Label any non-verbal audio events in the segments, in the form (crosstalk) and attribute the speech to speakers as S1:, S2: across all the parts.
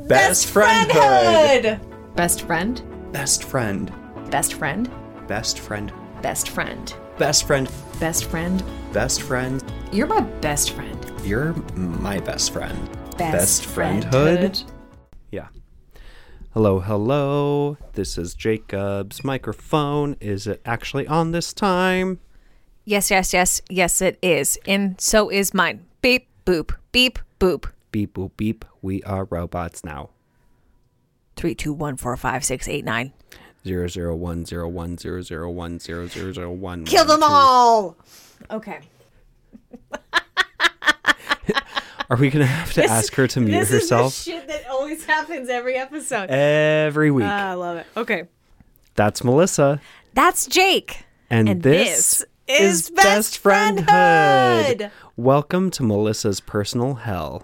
S1: Best friendhood.
S2: Best friend?
S1: Best friend.
S2: Best friend?
S1: Best friend.
S2: Best friend.
S1: Best friend.
S2: Best friend.
S1: Best friend.
S2: You're my best friend.
S1: You're my best friend. Best friendhood? Yeah. Hello, hello. This is Jacob's microphone. Is it actually on this time?
S3: Yes, yes, yes, yes, it is. And so is mine. Beep, boop, beep, boop.
S1: Beep, boop, beep. We are robots now.
S3: Three, two, one, four, five, six, eight, nine.
S1: Zero zero one zero one zero zero one zero zero zero one.
S3: Kill them all. Okay.
S1: Are we gonna have to ask her to mute herself
S3: shit that always happens every episode. Ah,
S1: every week?
S3: I love it. Okay.
S1: That's Melissa,
S3: That's Jake.
S1: and,
S3: And
S1: this,
S3: this is Best Friendhood.
S1: Welcome to Melissa's personal hell.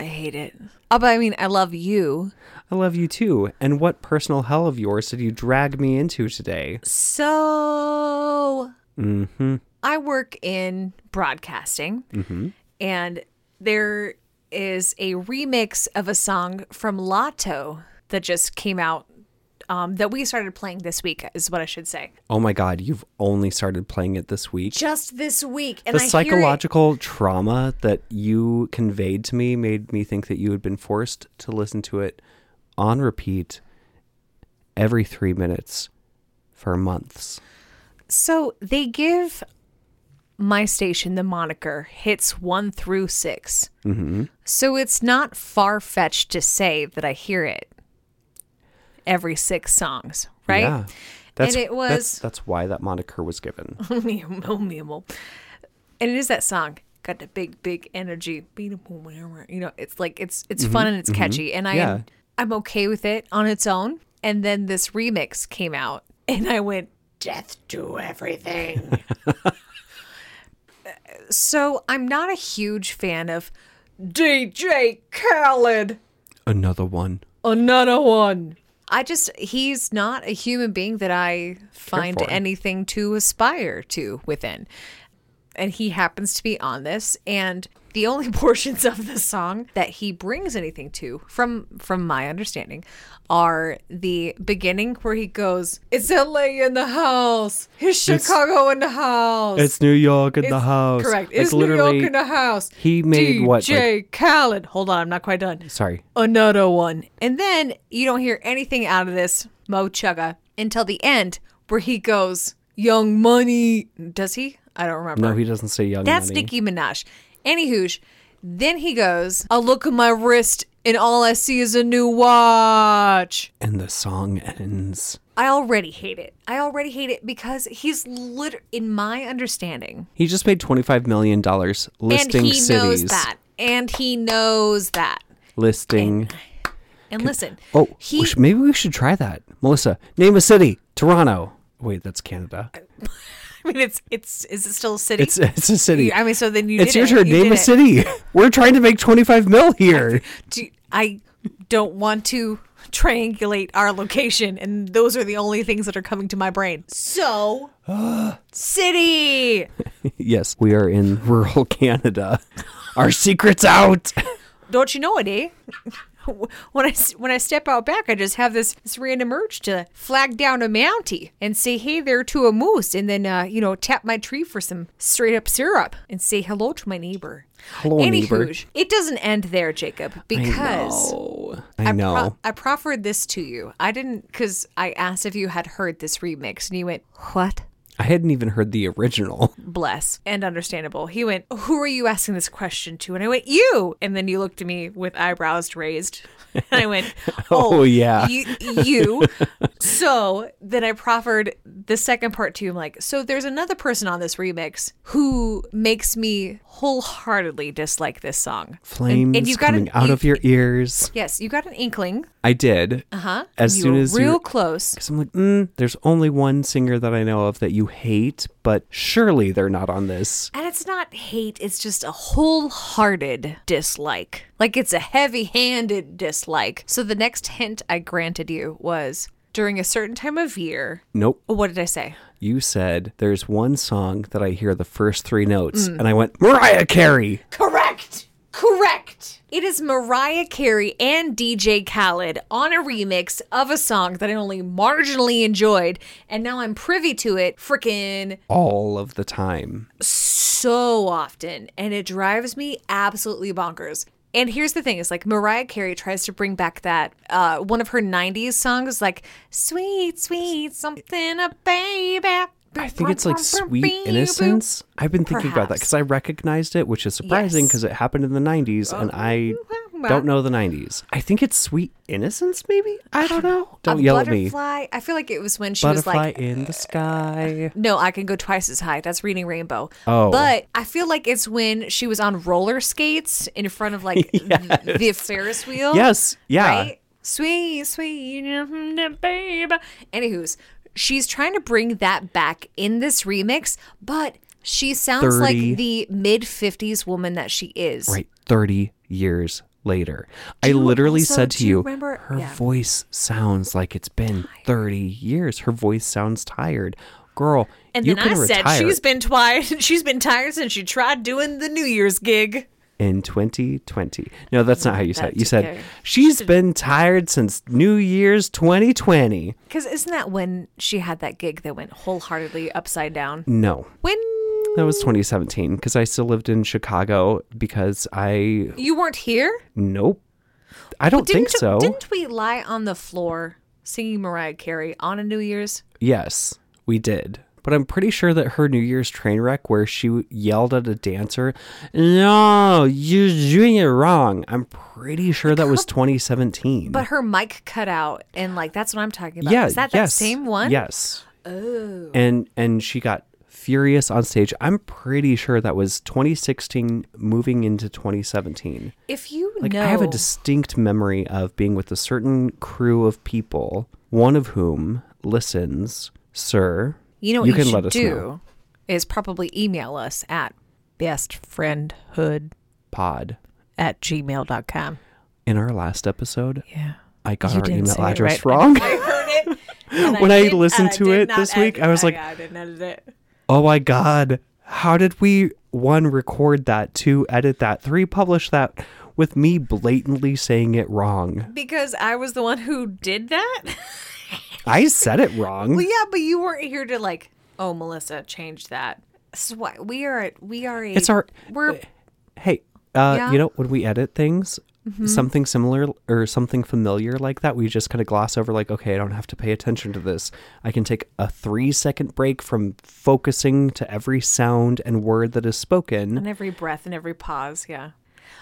S3: I hate it. Oh, but I mean, I love you.
S1: I love you too. And what personal hell of yours did you drag me into today?
S3: So I work in broadcasting, and there is a remix of a song from Lotto that just came out um, that we started playing this week, is what I should say.
S1: Oh my god, you've only started playing it this week.
S3: Just this week, and
S1: the
S3: I
S1: psychological trauma that you conveyed to me made me think that you had been forced to listen to it on repeat every three minutes for months.
S3: Hear it. So they give my station the moniker hits one through 6 Mm-hmm. So it's not far fetched to say that I hear it every six songs, right?
S1: Yeah. That's,
S3: it was-
S1: that's, that's why that moniker was given. (laughs)
S3: (laughs) Meow, meow, meow. oh, And it is that song. Got the big, big energy. You know, it's like it's it's fun and it's catchy, and I
S1: Yeah.
S3: I'm okay with it on its own. And then this remix came out, and I went death to everything. (laughs) so I'm not a huge fan of DJ Khaled.
S1: Another one.
S3: Another one. I just he's not a human being that I find
S1: for.
S3: anything to aspire to within. And he happens to be on this and the only (laughs) portions of the song that he brings anything to from from my understanding are the beginning where he goes it's LA in the house it's Chicago in the house
S1: It's New York in the
S3: It's-
S1: house.
S3: correct
S1: Like,
S3: it's New York in the house
S1: he made
S3: DJ
S1: what,
S3: Khaled hold on I'm not quite done
S1: Sorry.
S3: another one. And then you don't hear anything out of this Mo Chugga until the end where he goes, Young Money. Does he? I don't remember.
S1: No, he doesn't say young
S3: That's
S1: money.
S3: Nicki Minaj. Anywhoosh, then he goes, I look at my wrist and all I see is a new watch.
S1: and the song ends.
S3: I already hate it. I already hate it because he's lit in my understanding.
S1: He just made $25 million listing
S3: and he
S1: cities.
S3: knows that. And he knows that.
S1: Listing.
S3: And listen,
S1: Oh, we
S3: he
S1: sh- maybe we should try that. Melissa, name a city. Toronto. Wait, that's Canada.
S3: (laughs) I mean it's it's is it still a city?
S1: It's it's a city.
S3: You- I mean, so then you.
S1: it's
S3: did
S1: your
S3: it.
S1: turn.
S3: You
S1: Name
S3: did
S1: a
S3: it.
S1: city. (laughs) We're trying to make twenty five mil here. (laughs)
S3: Do you- I don't want to triangulate our location, and those are the only things that are coming to my brain.
S1: (gasps)
S3: So, city.
S1: yes, we are in rural (laughs) Canada. Our secret's out.
S3: Don't you know it, eh? (laughs) When I s- when I step out back, I just have this this random urge to flag down a Mountie and say hey there to a moose, and then uh, you know tap my tree for some straight up syrup and say hello to my neighbor.
S1: Hello, neighbor.
S3: Anywho, it doesn't end there, Jacob, because.
S1: Oh, I know.
S3: Pro- I proffered this to you. I didn't because I asked if you had heard this remix, and you went, "What?"
S1: I hadn't even heard the original.
S3: Bless and understandable. He went, "Who are you asking this question to?" And I went, "You." And then you looked at me with eyebrows raised, (laughs) and I went, "Oh,
S1: (laughs) Oh, yeah.
S3: you." you. (laughs) so then I proffered the second part to you. I'm like, "So there's another person on this remix who makes me wholeheartedly dislike this song."
S1: Flames
S3: you've got
S1: coming
S3: an-
S1: out
S3: you-
S1: of your ears.
S3: Yes, you got an inkling,
S1: I did. Uh
S3: huh?
S1: As
S3: Uh-huh. you
S1: soon
S3: were
S1: as you-
S3: real close.
S1: Because I'm like, mm, there's only one singer that I know of that you hate, but surely they're not on this.
S3: And it's not hate, it's just a wholehearted dislike. Like it's a heavy handed dislike. So the next hint I granted you was during a certain time of year.
S1: Nope.
S3: What did I say?
S1: you said there's one song
S3: Mm.
S1: that I hear the first three notes, and I went Mariah Carey.
S3: Correct! Correct! It is Mariah Carey and DJ Khaled on a remix of a song that I only marginally enjoyed, and now I'm privy to it freaking
S1: all of the time.
S3: so often, and it drives me absolutely bonkers. And here's the thing: is like Mariah Carey tries to bring back that uh, one of her '90s songs, like "Sweet, Sweet Something, a Baby."
S1: I think it's like Sweet Innocence. I've been thinking about that because I recognized it, which is surprising
S3: Yes. Oh,
S1: because it happened in the 90s and I don't know the 90s. I think it's Sweet Innocence, maybe? I don't know. Don't
S3: a
S1: yell at me.
S3: butterfly. I feel like it was when she
S1: Butterfly
S3: was like,
S1: in the sky.
S3: "No, I can go twice as high." That's reading Rainbow.
S1: Oh.
S3: but I feel like it's when she was on roller skates in front
S1: (laughs)
S3: of like th- the Ferris wheel.
S1: Yes. Yeah.
S3: Right? Sweet, sweet, baby. Anywho's, she's trying to bring that back in this remix, but she
S1: 30.
S3: sounds like the mid 50s woman that she is.
S1: Right. 30 years later. I literally
S3: also-
S1: said to
S3: do you
S1: you,
S3: remember-
S1: her
S3: yeah.
S1: voice sounds like it's been 30 years. Her voice sounds tired. Girl,
S3: And
S1: you
S3: then I
S1: can
S3: said
S1: retire
S3: she's been tired. (laughs) She's been tired since she tried doing the New Year's gig.
S1: in 2020. No, that's not how you said it. You
S3: That's
S1: said
S3: okay.
S1: she's been tired since New Year's 2020.
S3: Because isn't that when she had that gig that went wholeheartedly upside down?
S1: No.
S3: When
S1: That was 2017 because I still lived in Chicago because I
S3: you weren't here?
S1: nope. I don't think
S3: Didn't-
S1: so.
S3: Didn't we lie on the floor singing Mariah Carey on a New Year's?
S1: Yes, we did. But I'm pretty sure that her New Year's train wreck, where she yelled at a dancer, "No, you're doing it wrong." I'm pretty sure that was 2017.
S3: But her mic cut out, and like that's what I'm talking about.
S1: yeah,
S3: is that
S1: yes,
S3: that same one?
S1: Yes. Oh. And and she got furious on stage. I'm pretty sure that was 2016, moving into 2017.
S3: If you
S1: Like
S3: know,
S1: I have a distinct memory of being with a certain crew of people, one of whom listens, "Sir,
S3: you know what
S1: you
S3: you,
S1: can
S3: should
S1: let us
S3: do
S1: know."
S3: is probably email us at bestfriendhood
S1: pod."
S3: at gmail.com.
S1: in our last episode, (laughs)
S3: Yeah.
S1: I got
S3: You
S1: our
S3: didn't
S1: email
S3: say it
S1: address
S3: right.
S1: wrong.
S3: (laughs) I heard it. and
S1: When I
S3: did-
S1: listened
S3: and
S1: to
S3: did
S1: it
S3: not
S1: this week,
S3: edit-
S1: I was like-
S3: I didn't edit it.
S1: (laughs) oh my God. How did we, one, record that, two, edit that, three, publish that with me blatantly saying it wrong?
S3: Because I was the one who
S1: (laughs)
S3: did that.
S1: I said it wrong.
S3: well, yeah, but you weren't here to like, oh, Melissa, change that. This is why we are, we are a,
S1: It's our-
S3: we're
S1: Hey, uh,
S3: Yeah. Mm-hmm.
S1: you know, when we edit things, something similar or something familiar like that, we just kind of gloss over, like, okay, I don't have to pay attention to this. I can take a three second break from focusing to every sound and word that is spoken.
S3: on every breath and every pause. Yeah.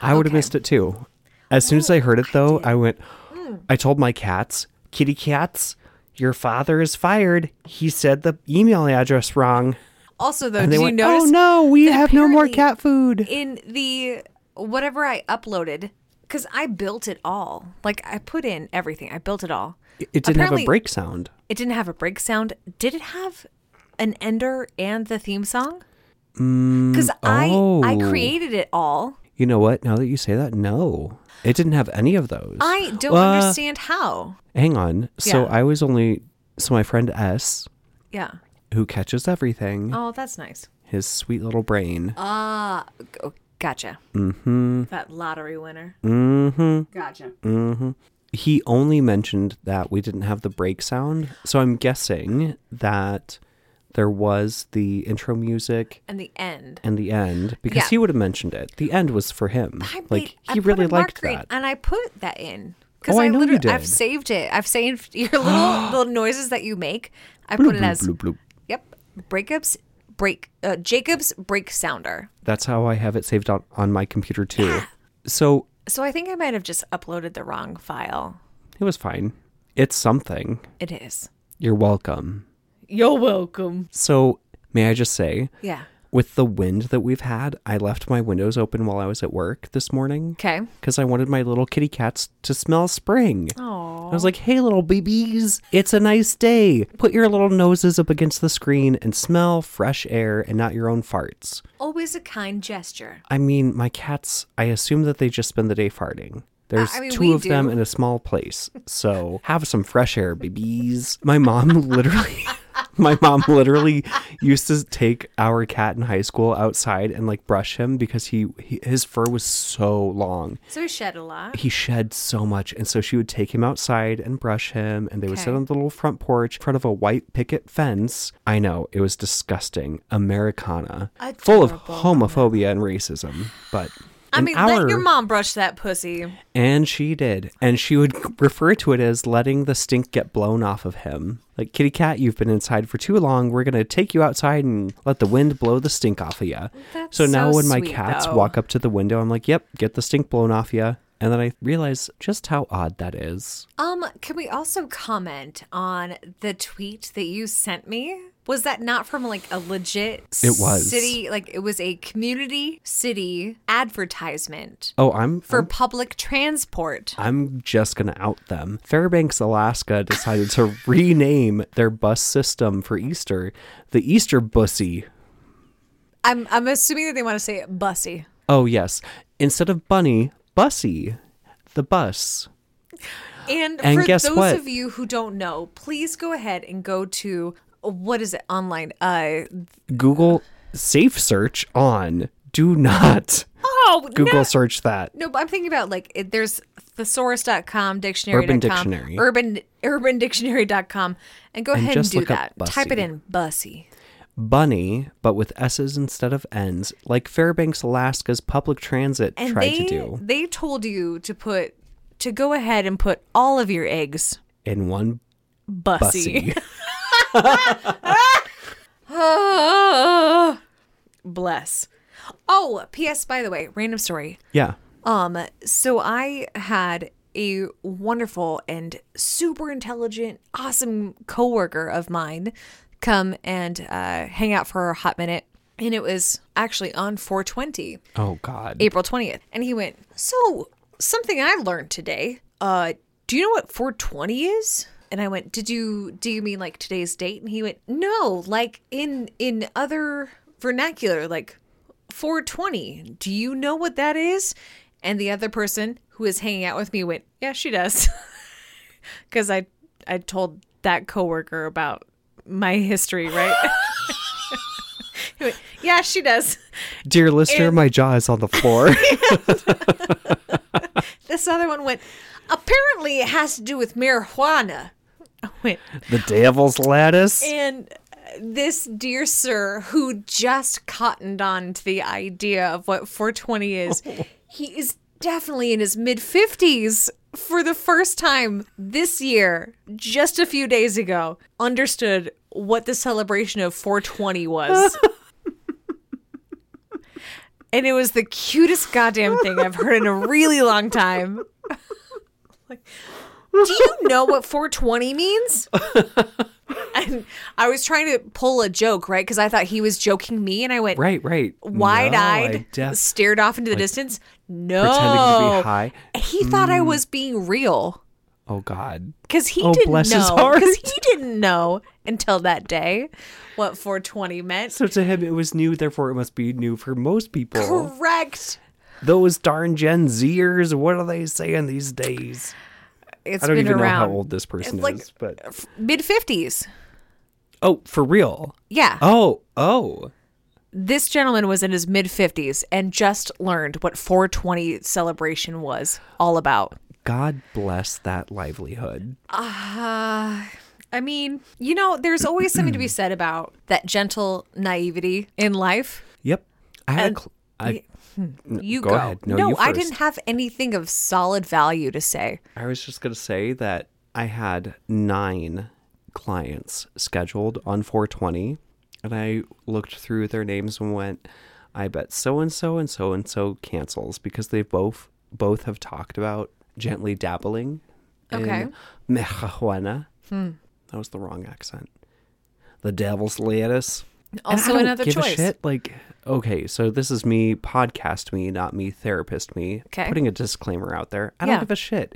S1: I would have missed it too. As soon as I heard it, though, I, went,
S3: Hmm.
S1: I told my cats, kitty cats, your father is fired. He said the email address wrong.
S3: Also, though,
S1: And
S3: did
S1: they
S3: you
S1: went,
S3: notice
S1: oh no, we
S3: that
S1: have no more
S3: apparently
S1: cat food.
S3: in the whatever I uploaded? Because I built it all. Like I put in everything. I built it all.
S1: It, didn't have a
S3: apparently-
S1: break sound.
S3: It didn't have a break sound. Did it have an ender and the theme song? Because I I
S1: Mm, oh.
S3: created it all.
S1: You know what? Now that you say that, no. It didn't have any of those.
S3: I don't
S1: Uh,
S3: understand how.
S1: Hang on. So
S3: Yeah.
S1: I was only, so my friend S,
S3: Yeah.
S1: who catches everything,
S3: Oh, that's nice.
S1: his sweet little brain.
S3: Ah, g- gotcha. Mm-hmm. That lottery winner. Mm-hmm. Gotcha.
S1: he only mentioned that we didn't have the break sound. So I'm guessing that there was the intro music
S3: And the end.
S1: and the end because
S3: Yeah.
S1: he would have mentioned it. The end was for him.
S3: I made,
S1: like
S3: I
S1: he
S3: put
S1: really
S3: a
S1: liked
S3: marker in-
S1: that.
S3: and I put that in because
S1: Oh, I
S3: I,
S1: know you
S3: literally I've
S1: did.
S3: saved it. I've saved (laughs) your
S1: (gasps)
S3: little little noises that you make. I put it as
S1: Bloop, bloop.
S3: yep breakups break uh, Jacob's break sounder.
S1: That's how I have it saved on, on my computer too. So
S3: So I think I might have just uploaded the wrong file.
S1: it was fine. It's something.
S3: It is.
S1: You're welcome.
S3: You're welcome.
S1: So may I just say,
S3: Yeah.
S1: with the wind that we've had, I left my windows open while I was at work this morning
S3: Okay.
S1: because I wanted my little kitty cats to smell spring.
S3: Oh.
S1: I was like, hey, little babies, it's a nice day. Put your little noses up against the screen and smell fresh air and not your own farts.
S3: Always a kind gesture.
S1: I mean, my cats, I assume that they just spend the day farting. There's
S3: I mean, we
S1: two of them
S3: do.
S1: in a small place. So have some fresh air, babies. My mom (laughs) literally. My mom literally used to take our cat in high school outside and like brush him because he, he his fur was so long.
S3: So he shed a lot.
S1: He shed so much, and so she would take him outside and brush him, and they would sit
S3: Okay.
S1: on the little front porch in front of a white picket fence. I know it was disgusting, Americana, full of homophobia and racism, but.
S3: I
S1: an
S3: mean,
S1: hour-
S3: let your mom brush that pussy.
S1: and she did. And she would (laughs) refer to it as letting the stink get blown off of him. Like, kitty cat, you've been inside for too long. We're going to take you outside and let the wind blow the stink off of you.
S3: That's
S1: So now
S3: so
S1: when my
S3: sweet,
S1: cats
S3: though.
S1: walk up to the window, I'm like, yep, get the stink blown off you. And then I realize just how odd that is.
S3: Um, can we also comment on the tweet that you sent me? Was that not from like a legit
S1: It was.
S3: city? Like it was a community city advertisement
S1: Oh, I'm
S3: for public transport.
S1: I'm just going to out them. Fairbanks, Alaska decided to (laughs) rename their bus system for Easter the Easter Bussy.
S3: I'm I'm assuming that they want to say bussy.
S1: Oh, yes. Instead of bunny, bussy, the bus.
S3: And,
S1: And
S3: for
S1: guess
S3: those
S1: what?
S3: of you who don't know, please go ahead and go to what is it online? Uh
S1: Google safe search on. Do not (laughs)
S3: oh
S1: Google
S3: no,
S1: search that.
S3: no, but I'm thinking about like it, there's thesaurus.com, dictionary.com,
S1: Urban Dictionary.
S3: urban urbandictionary.com and go ahead and
S1: just
S3: do
S1: look up
S3: that. Type it
S1: bussy.
S3: in bussy.
S1: Bunny, but with S's instead of N's, like Fairbanks, Alaska's public transit
S3: And
S1: tried
S3: they
S1: to do
S3: they told you to put to go ahead and put all of your eggs
S1: in one
S3: bussy. (laughs)
S1: bussy.
S3: Ah, Bless. Oh, PS by the way, random story.
S1: (laughs) yeah.
S3: Um, so I had a wonderful and super intelligent, awesome coworker of mine come and uh, hang out for a hot minute, and it was actually on 420,
S1: Oh, God.
S3: April 20th, and he went, "So something I learned today. Uh, do you know what 420 is?" And I went, "Did you do you mean like today's date?" And he went, "No, like in in other vernacular, like 420. Do you know what that is? And the other person who was hanging out with me went, Yeah, she does. (laughs) Because I, I told that coworker about my history, right? (laughs) He went, yeah, she does.
S1: Dear listener, my jaw is on the
S3: (laughs)
S1: floor.
S3: This other one went, Apparently, it has to do with marijuana. I went,
S1: the devil's lattice.
S3: And uh, this dear sir who just cottoned on to the idea of what 420 is, he is definitely in his mid 50s for the first time this year, just a few days ago, understood what the celebration of 420 was. and it was the cutest goddamn thing I've heard in a really long time. Like, do you know what
S1: (laughs)
S3: 420 means? And I was trying to pull a joke, right? Because I thought he was joking me, and I went
S1: Right, right.
S3: wide
S1: No, I
S3: eyed,
S1: def-
S3: stared off into the distance. No,
S1: pretending to be high.
S3: He thought I was being real
S1: Oh, God.
S3: because he
S1: Oh,
S3: didn't
S1: bless his
S3: know
S1: heart.
S3: because he didn't know until that day what 420 meant.
S1: So to him, it was new, therefore it must be new for most people.
S3: Correct.
S1: Those darn Gen Zers, what are they saying these days?
S3: It's
S1: I don't
S3: been
S1: even
S3: around
S1: know how old this person
S3: It's like-
S1: is, but
S3: mid 50s.
S1: oh, for real?
S3: Yeah,
S1: Oh, oh,
S3: this gentleman was in his mid 50s and just learned what 420 celebration was all about.
S1: God bless that livelihood.
S3: Uh, I mean, you know, there's always
S1: (clears throat)
S3: something to be said about that gentle naivety in life.
S1: Yep, I had a cl- I,
S3: You
S1: go
S3: go.
S1: ahead. No,
S3: No,
S1: you
S3: I
S1: first.
S3: didn't have anything of solid value to say.
S1: I was just gonna say that I had nine clients scheduled on 420, and I looked through their names and went, I bet so and so and so and so cancels because they both both have talked about gently dabbling
S3: Okay. Hmm.
S1: in marijuana. That was the wrong accent. The devil's lettuce. And I
S3: Also
S1: don't
S3: another
S1: give a
S3: choice.
S1: shit. Like, okay, so this is me, podcast me, not me, therapist me.
S3: Okay.
S1: Putting a disclaimer out there. I don't
S3: Yeah.
S1: give a shit.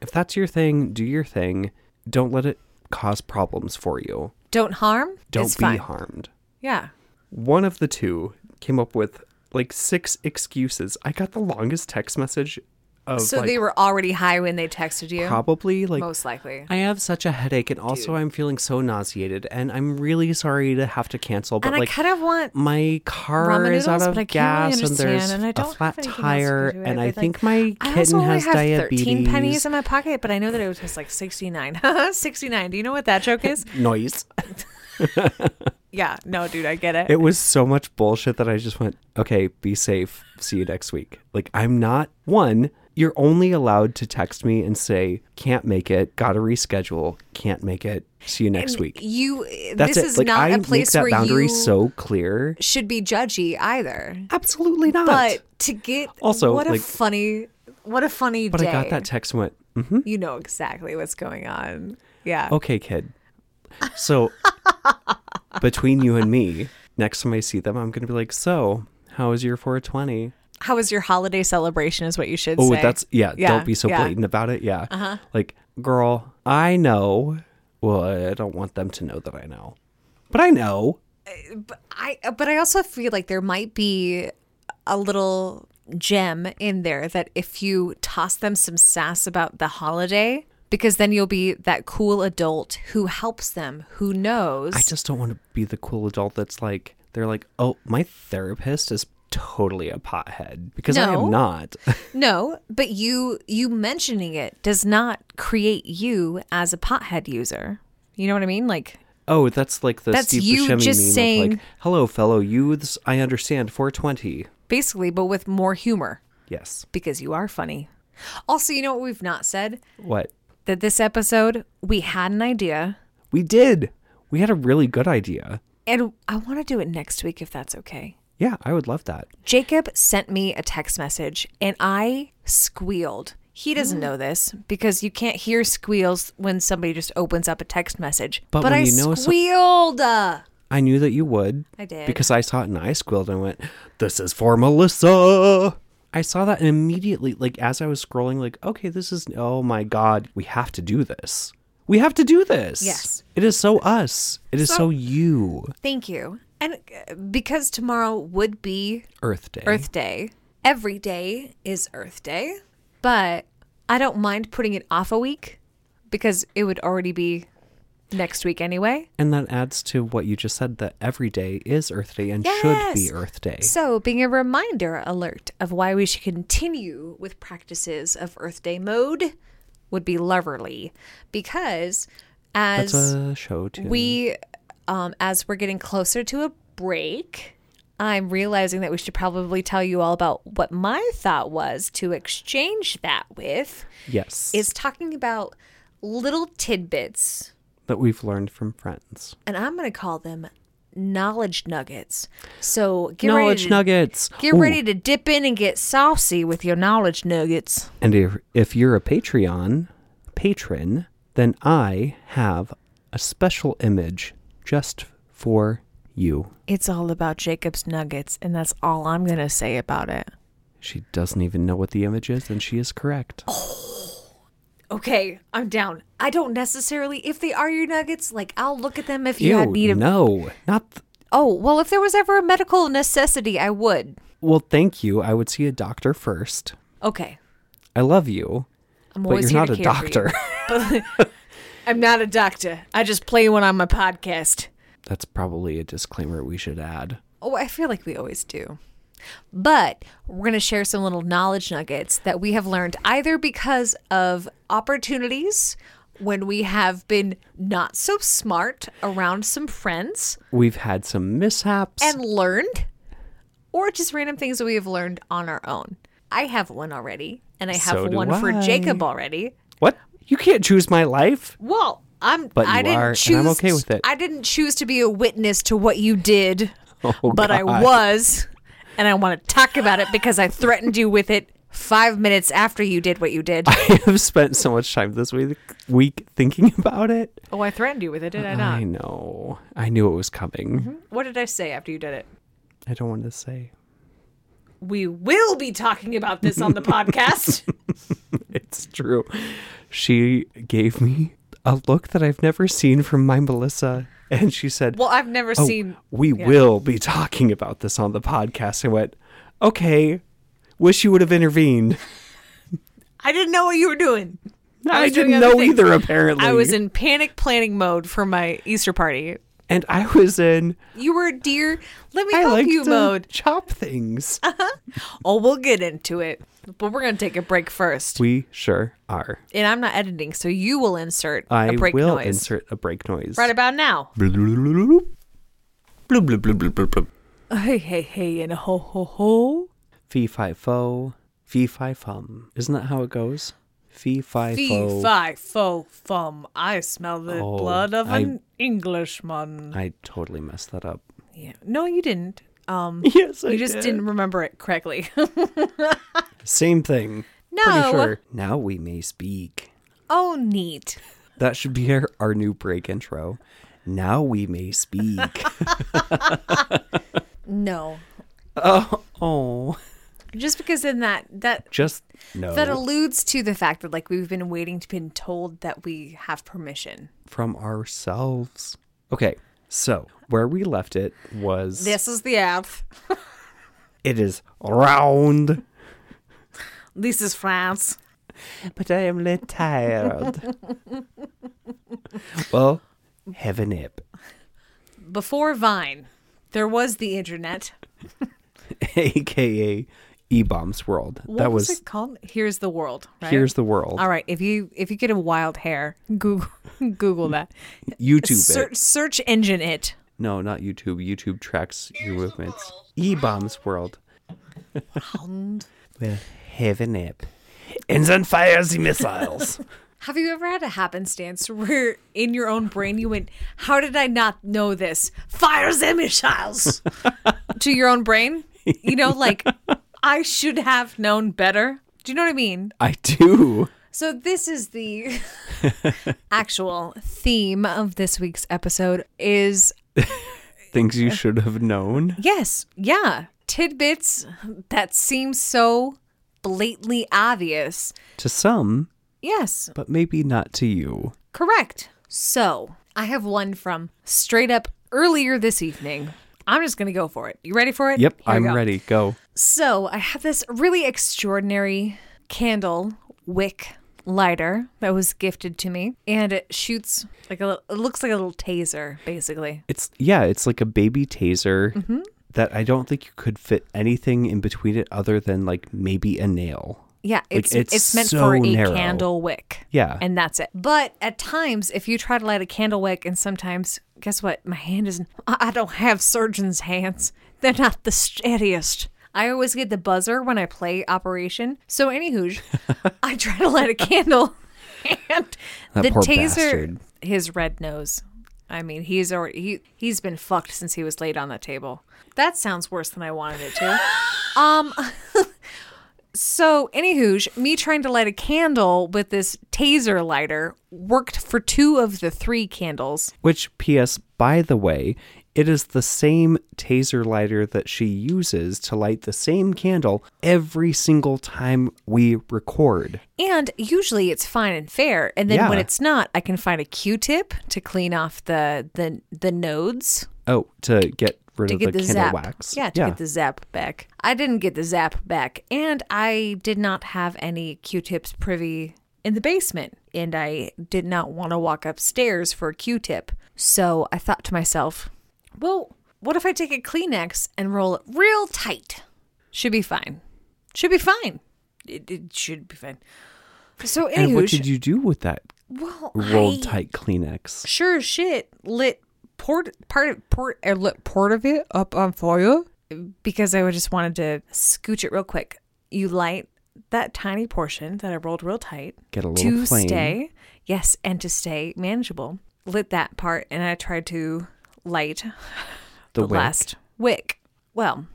S1: If that's your thing, do your thing. Don't let it cause problems for you.
S3: Don't harm.
S1: Don't
S3: is
S1: be
S3: fine.
S1: harmed.
S3: Yeah.
S1: One of the two came up with like six excuses. I got the longest text message of
S3: So
S1: like,
S3: they were already high when they texted you?
S1: probably like
S3: Most likely.
S1: I have such a headache, and also I'm feeling so nauseated, and I'm really sorry to have to cancel, but
S3: and
S1: like
S3: I kind of want
S1: my car
S3: ramen
S1: is out
S3: noodles,
S1: of
S3: but I can't
S1: gas,
S3: really
S1: and there's
S3: understand, and I
S1: a
S3: don't
S1: flat
S3: have anything else to
S1: tire,
S3: do. I'd
S1: and
S3: be
S1: I
S3: like,
S1: think my
S3: I also
S1: kitten
S3: only
S1: has
S3: have
S1: diabetes.
S3: 13 pennies in my pocket, but I know that it was like (laughs) 69. 69. Do you know what that
S1: (laughs)
S3: joke is?
S1: Noise.
S3: yeah. No, dude, I get it.
S1: It was so much bullshit that I just went, okay, be safe. See you next week. Like, I'm not one. You're only allowed to text me and say, can't make it, gotta reschedule, can't make it, see you next week.
S3: you,
S1: That's
S3: this
S1: it.
S3: is
S1: like,
S3: not
S1: I
S3: a
S1: make
S3: place
S1: that
S3: where
S1: boundary
S3: you
S1: so clear.
S3: should be judgy either.
S1: Absolutely not.
S3: But to get
S1: Also,
S3: what a
S1: like-
S3: funny, what a funny
S1: But
S3: day.
S1: I got that text and went, "Mm,
S3: You know exactly what's going on. Yeah.
S1: okay, kid.
S3: (laughs)
S1: So, between you and me, next time I see them, I'm gonna be like, so, how was your 420?
S3: How was your holiday celebration? Is what you should
S1: Oh,
S3: say.
S1: that's yeah,
S3: Yeah,
S1: Don't be so
S3: yeah. Uh-huh.
S1: blatant about it. Yeah. Like, girl, I know. Well, I don't want them to know that I know, but I know.
S3: I but I also feel like there might be a little gem in there that if you toss them some sass about the holiday because then you'll be that cool adult who helps them, who knows.
S1: I just don't want to be the cool adult that's like they're like, oh, my therapist is totally a pothead because I
S3: No.
S1: am not. (laughs)
S3: no, but you you mentioning it does not create you as a pothead user. You know what I mean? Like
S1: oh, that's like the
S3: That's
S1: Steve
S3: you
S1: Buscemi
S3: just
S1: meme of
S3: saying-
S1: like, hello, fellow youths. I understand 420.
S3: basically but with more humor
S1: Yes.
S3: because you are funny. Also, you know what we've not said?
S1: What
S3: That this episode we had an idea
S1: we did. We had a really good idea.
S3: And I want to do it next week if that's okay.
S1: Yeah, I would love that.
S3: Jacob sent me a text message and I squealed. He
S1: Mm.
S3: doesn't know this because you can't hear squeals when somebody just opens up a text message.
S1: But
S3: But,
S1: when
S3: I
S1: you know so-
S3: squealed. uh,
S1: I knew that you would.
S3: I did.
S1: Because I saw it and I squealed and went, This is for Melissa. I saw that and immediately, like, as I was scrolling, like, okay, this is, oh my God, we have to do this. We have to do this.
S3: Yes.
S1: It is so us. It is so, you.
S3: Thank you. And uh, because tomorrow would be
S1: Earth Day.
S3: Earth Day, every day is Earth Day, but I don't mind putting it off a week because it would already be next week anyway.
S1: And that adds to what you just said that every day is Earth Day and should be
S3: Yes.
S1: Earth Day.
S3: So, being a reminder alert of why we should continue with practices of Earth Day mode would be loverly because
S1: That's
S3: as
S1: a show, too.
S3: we
S1: Mm.
S3: um, as we're getting closer to a break, I'm realizing that we should probably tell you all about what my thought was to exchange that with
S1: yes.
S3: is talking about little tidbits
S1: that we've learned from friends.
S3: and I'm going to call them knowledge nuggets. So, get ready
S1: Knowledge
S3: to
S1: nuggets.
S3: Get
S1: Ooh,
S3: ready to dip in and get saucy with your knowledge nuggets.
S1: And if, if you're a Patreon patron, then I have a special image just for you.
S3: It's all about Jacob's nuggets, and that's all I'm going to say about it.
S1: She doesn't even know what the image is, and she is correct.
S3: Oh, Okay, I'm down. I don't necessarily, if they are your nuggets, like I'll look at them if you had need of.
S1: no, not. Th-
S3: Oh, well, if there was ever a medical necessity, I would.
S1: well, thank you. I would see a doctor first.
S3: Okay,
S1: I love you,
S3: I'm
S1: but
S3: always
S1: you're not
S3: here
S1: a
S3: to care for you.
S1: doctor. (laughs)
S3: (laughs) I'm not a doctor. I just play one on my podcast.
S1: That's probably a disclaimer we should add.
S3: Oh, I feel like we always do. But we're going to share some little knowledge nuggets that we have learned either because of opportunities when we have been not so smart around some friends
S1: We've had some mishaps.
S3: and learned, or just random things that we have learned on our own. I have one already, and I have
S1: So do
S3: one for
S1: I.
S3: Jacob already.
S1: what? You can't choose my life. (laughs)
S3: Well, I'm.
S1: But
S3: I
S1: you
S3: didn't
S1: are, and
S3: choose.
S1: I'm okay with it.
S3: I didn't choose to be a witness to what you did, but I
S1: Oh, God.
S3: was, and I want to talk about it because I threatened you with it five minutes after you did what you did.
S1: I have spent so much time this week, week thinking (laughs) about it.
S3: oh, I threatened you with it, Mm-hmm. did I
S1: I know. I knew it was coming.
S3: What did I say after you did it?
S1: I don't want to say.
S3: We will be talking about
S1: (laughs)
S3: this on the podcast.
S1: It's true. She gave me a look that I've never seen from my Melissa. And she said,
S3: well, I've never
S1: "Oh,
S3: seen.
S1: We will be talking about this on the podcast. I went, Okay. Wish you would have intervened.
S3: I didn't know what you were doing. (laughs) I
S1: I
S3: was doing
S1: didn't
S3: other
S1: know
S3: things.
S1: either, apparently.
S3: I was in panic planning mode for my Easter party.
S1: And I was in.
S3: You were dear. Let me
S1: I
S3: help
S1: like
S3: you
S1: to
S3: mode.
S1: chop
S3: (laughs)
S1: things.
S3: Oh, we'll get into it. But we're gonna take a break first.
S1: we sure are.
S3: and I'm not editing, so you will insert a
S1: I
S3: break
S1: will
S3: noise
S1: insert a break noise.
S3: right about now.
S1: Bloop, bloop, bloop, bloop, bloop, bloop.
S3: Hey, hey, hey, and a ho, ho, ho.
S1: Fee fi fo, fee fi fum. Isn't that how it goes? Fee fi
S3: Fee,
S1: fo.
S3: fi, fo, fum. I smell the
S1: Oh,
S3: blood of
S1: I-
S3: an Englishman.
S1: I totally messed that up.
S3: Yeah. No, you didn't. Um,
S1: (laughs) Yes, (laughs) I
S3: you just
S1: did.
S3: didn't remember it correctly. (laughs)
S1: Same thing.
S3: No.
S1: Pretty sure. Now we may speak.
S3: oh, neat.
S1: That should be (laughs) our, our new break intro. Now we may
S3: (laughs)
S1: speak.
S3: No.
S1: oh,
S3: Just because in that that
S1: just no.
S3: that alludes to the fact that like we've been waiting to been told that we have permission.
S1: From ourselves. Okay, so where we left it was
S3: This is the app.
S1: it is round,
S3: This is France.
S1: but I am a little tired. (laughs) well, have a (laughs) nap.
S3: Before Vine, there was the internet.
S1: aka E Bombs World.
S3: What
S1: that
S3: was,
S1: was
S3: it called? Here's the world. Right?
S1: here's the world.
S3: All right, if you if you get a wild hair, (laughs) Google Google that.
S1: YouTube it.
S3: Search, search engine it.
S1: No, not YouTube. YouTube tracks your movements. E Bombs World. Well, have a nap. And then fire the
S3: (laughs)
S1: missiles.
S3: Have you ever had a happenstance where in your own brain you went, "How did I not know this?" Fire them missiles to your own brain. You know, like I should have known better. Do you know what I mean?
S1: I do.
S3: So this is the actual theme of this week's episode is
S1: Things you should have known.
S3: Yes, yeah. Tidbits that seem so blatantly obvious.
S1: To some,
S3: Yes,
S1: but maybe not to you.
S3: correct. So I have one from straight up earlier this evening. I'm just going to go for it. You ready for it?
S1: Yep,
S3: Here we
S1: I'm
S3: go.
S1: ready. Go.
S3: So I have this really extraordinary candle wick lighter that was gifted to me, and it shoots like a. It looks like a little taser, basically.
S1: It's yeah, it's like a baby taser
S3: Mm-hmm.
S1: that I don't think you could fit anything in between it other than like maybe a nail.
S3: Yeah, it's
S1: it's
S3: it's, meant
S1: so
S3: for a
S1: narrow.
S3: candle wick.
S1: Yeah.
S3: and that's it. But at times, if you try to light a candle wick, and sometimes, guess what? My hand isn't. (laughs) I I don't have surgeon's hands. They're not the steadiest. I always get the buzzer when I play Operation. So, anywho, (laughs) I try to light a candle, (laughs) and
S1: That
S3: the
S1: poor
S3: taser.
S1: bastard.
S3: His red nose. I mean, he's already he he's been fucked since he was laid on that table. That sounds worse than I wanted it
S1: (laughs)
S3: to. um. (laughs) So, anywho, me trying to light a candle with this taser lighter worked for two of the three candles.
S1: Which, P.S., by the way, it is the same taser lighter that she uses to light the same candle every single time we record.
S3: And usually it's fine and fair. And then when
S1: Yeah.
S3: it's not, I can find a Q-tip to clean off the the, the nodes
S1: Oh, to get rid
S3: to
S1: of
S3: get
S1: the,
S3: the,
S1: candle
S3: zap.
S1: wax.
S3: Yeah, to get the zap back. I didn't get the zap back, and I did not have any Q-tips privy in the basement, and I did not want to walk upstairs for a Q-tip. So I thought to myself, well, what if I take a Kleenex and roll it real tight? Should be fine. Should be fine. It, it should be fine. So,
S1: And
S3: anywho,
S1: what did you do with that
S3: well,
S1: rolled
S3: I-
S1: tight Kleenex?
S3: sure as shit lit port part of port uh, lit part of it up on fire because I would just wanted to scooch it real quick. You light that tiny portion that I rolled real tight
S1: Get a little
S3: to
S1: flame.
S3: stay, yes, and to stay manageable. Lit that part, and I tried to light the,
S1: The, wick.
S3: last wick. Well,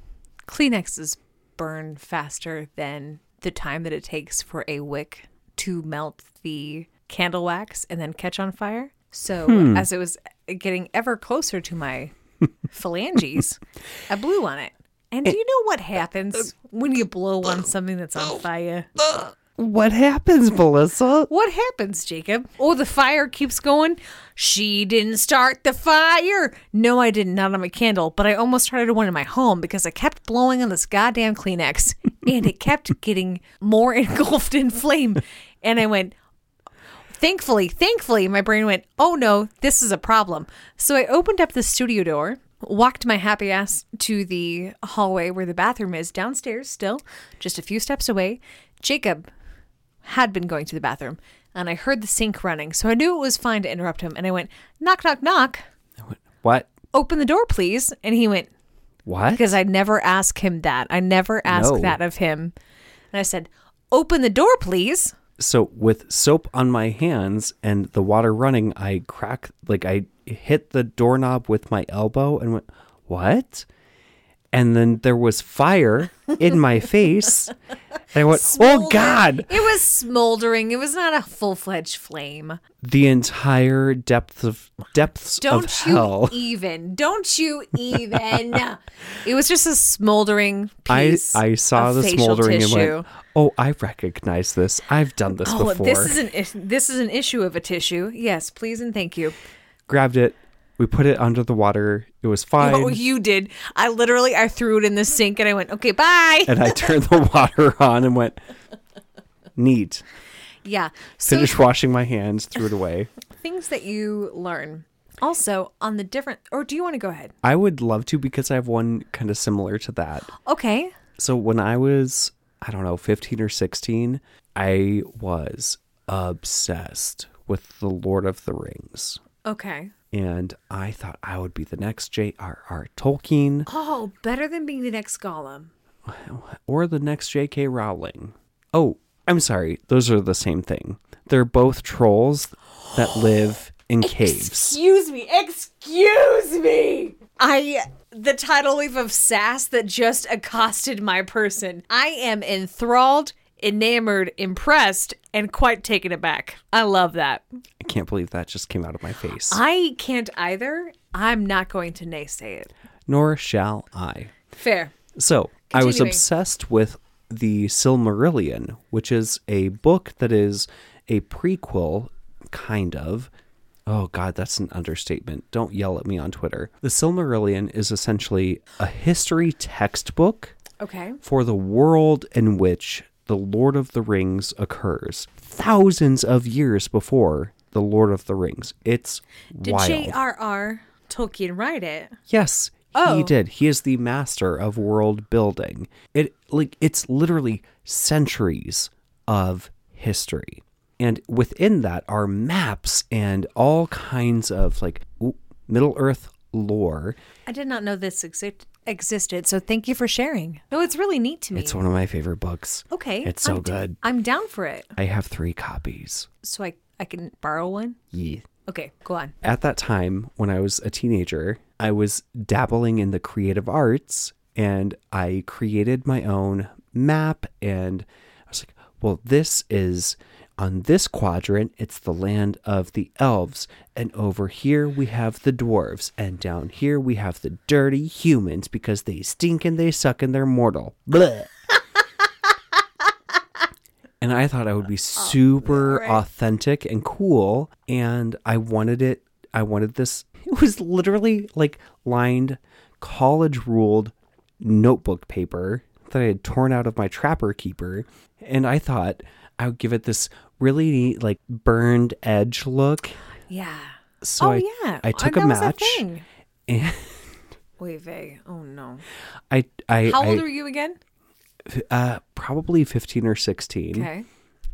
S3: Kleenexes burn faster than the time that it takes for a wick to melt the candle wax and then catch on fire. So as it was getting ever closer to my phalanges, I blew on it. And do you know what happens when you blow on something that's on fire?
S1: What happens,
S3: (laughs)
S1: Melissa?
S3: What happens, Jacob? Oh, the fire keeps going. She didn't start the fire. No, I did not on my candle, but I almost started one in my home because I kept blowing on this goddamn Kleenex and it kept getting more (laughs) engulfed in flame. And I went, thankfully, thankfully, my brain went, oh no, this is a problem. So I opened up the studio door, walked my happy ass to the hallway where the bathroom is, downstairs still, just a few steps away. Jacob had been going to the bathroom and I heard the sink running, so I knew it was fine to interrupt him. And I went, knock, knock, knock,
S1: What?
S3: open the door, please. And he went,
S1: What?
S3: because I never ask him that. I never ask
S1: No.
S3: that of him. And I said, open the door, please.
S1: So with soap on my hands and the water running, I crack like I hit the doorknob with my elbow and went, "What?" And then there was fire in
S3: (laughs)
S1: my face. And I went, "Oh
S3: Smolder-
S1: god."
S3: It was smoldering. It was not a full fledged flame.
S1: The entire depth of depths
S3: Don't
S1: of
S3: you
S1: hell.
S3: even. Don't you even. it was just a smoldering
S1: I,
S3: piece.
S1: I saw
S3: of
S1: the
S3: facial
S1: smoldering
S3: tissue.
S1: and went, "Oh, I recognize this. I've done this
S3: Oh,
S1: before."
S3: this is an is- this is an issue of a tissue. Yes, please and thank you.
S1: Grabbed it. We put it under the water. It was fine.
S3: Oh, you did. I literally I threw it in the sink and I went, okay, bye.
S1: and I turned the (laughs) water on and went, "Neat."
S3: yeah. So
S1: finished washing my hands, threw it away.
S3: things that you learn. Also on the different. Or do you want to go ahead?
S1: I would love to because I have one kind of similar to that.
S3: Okay.
S1: So when I was, I don't know, 15 or 16, I was obsessed with The Lord of the Rings.
S3: Okay.
S1: And I thought I would be the next J.R.R. Tolkien
S3: Oh, better than being the next Gollum.
S1: or the next J.K. Rowling. Oh, I'm sorry. Those are the same thing. They're both trolls that live in caves.
S3: Excuse me. Excuse me. I the tidal wave of sass that just accosted my person. I am enthralled, enamored, impressed, and quite taken aback. I love that.
S1: I can't believe that just came out of my face.
S3: I can't either. I'm not going to naysay it.
S1: Nor shall I.
S3: Fair.
S1: So I was
S3: Continuing.
S1: obsessed with the Silmarillion, which is a book that is a prequel, kind of. Oh God, that's an understatement. Don't yell at me on Twitter. The Silmarillion is essentially a history textbook
S3: Okay.
S1: for the world in which the Lord of the Rings occurs, thousands of years before the Lord of the Rings. It's
S3: Did
S1: wild.
S3: J.R.R. Tolkien write it?
S1: Yes, he
S3: Oh.
S1: did. He is the master of world building. It like it's literally centuries of history. And within that are maps and all kinds of like ooh, Middle Earth lore.
S3: I did not know this exi- existed, so thank you for sharing. No, it's really neat to me.
S1: It's one of my favorite books.
S3: okay.
S1: It's so
S3: I'm d-
S1: good.
S3: I'm down for it.
S1: I have 3 copies.
S3: So I, I can borrow one?
S1: Yeah.
S3: Okay, go on.
S1: At that time when I was a teenager, I was dabbling in the creative arts and I created my own map and I was like, well, this is on this quadrant, it's the land of the elves. And over here, we have the dwarves. And down here, we have the dirty humans because they stink and they suck and they're mortal. Blah. and I thought I would be super authentic and cool. And I wanted it. I wanted this. (laughs) It was literally like lined, college ruled notebook paper that I had torn out of my trapper keeper. And I thought I would give it this really neat, like burned edge look.
S3: Yeah.
S1: So
S3: oh,
S1: I,
S3: yeah.
S1: I took
S3: that
S1: a
S3: was
S1: match.
S3: thing.
S1: And
S3: Oy vey. Oh, no.
S1: I, I,
S3: How
S1: I-
S3: old were you again?
S1: uh, probably 15 or 16.
S3: Okay.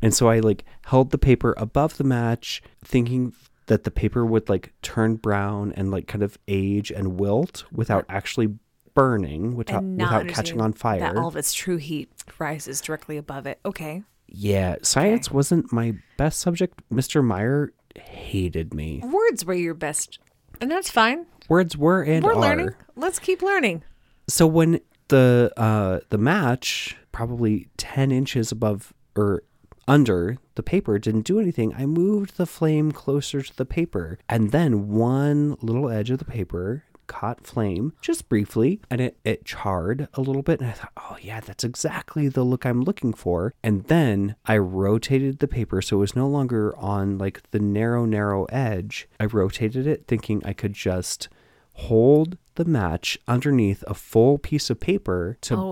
S1: And so I like held the paper above the match, thinking that the paper would like turn brown and like kind of age and wilt without actually burning, without
S3: And not
S1: without catching
S3: understanding
S1: on fire.
S3: That all of its true heat rises directly above it. Okay.
S1: yeah, science wasn't my best subject. Mr. Meyer hated me.
S3: Words were your best. And that's fine.
S1: Words were and
S3: We're
S1: are.
S3: learning. Let's keep learning.
S1: So when the uh the match probably 10 inches above or under the paper didn't do anything, I moved the flame closer to the paper and then one little edge of the paper caught flame just briefly and it, it charred a little bit. And I thought, oh, yeah, that's exactly the look I'm looking for. And then I rotated the paper so it was no longer on like the narrow, narrow edge. I rotated it thinking I could just hold the match underneath a full piece of paper to
S3: Oh, darn.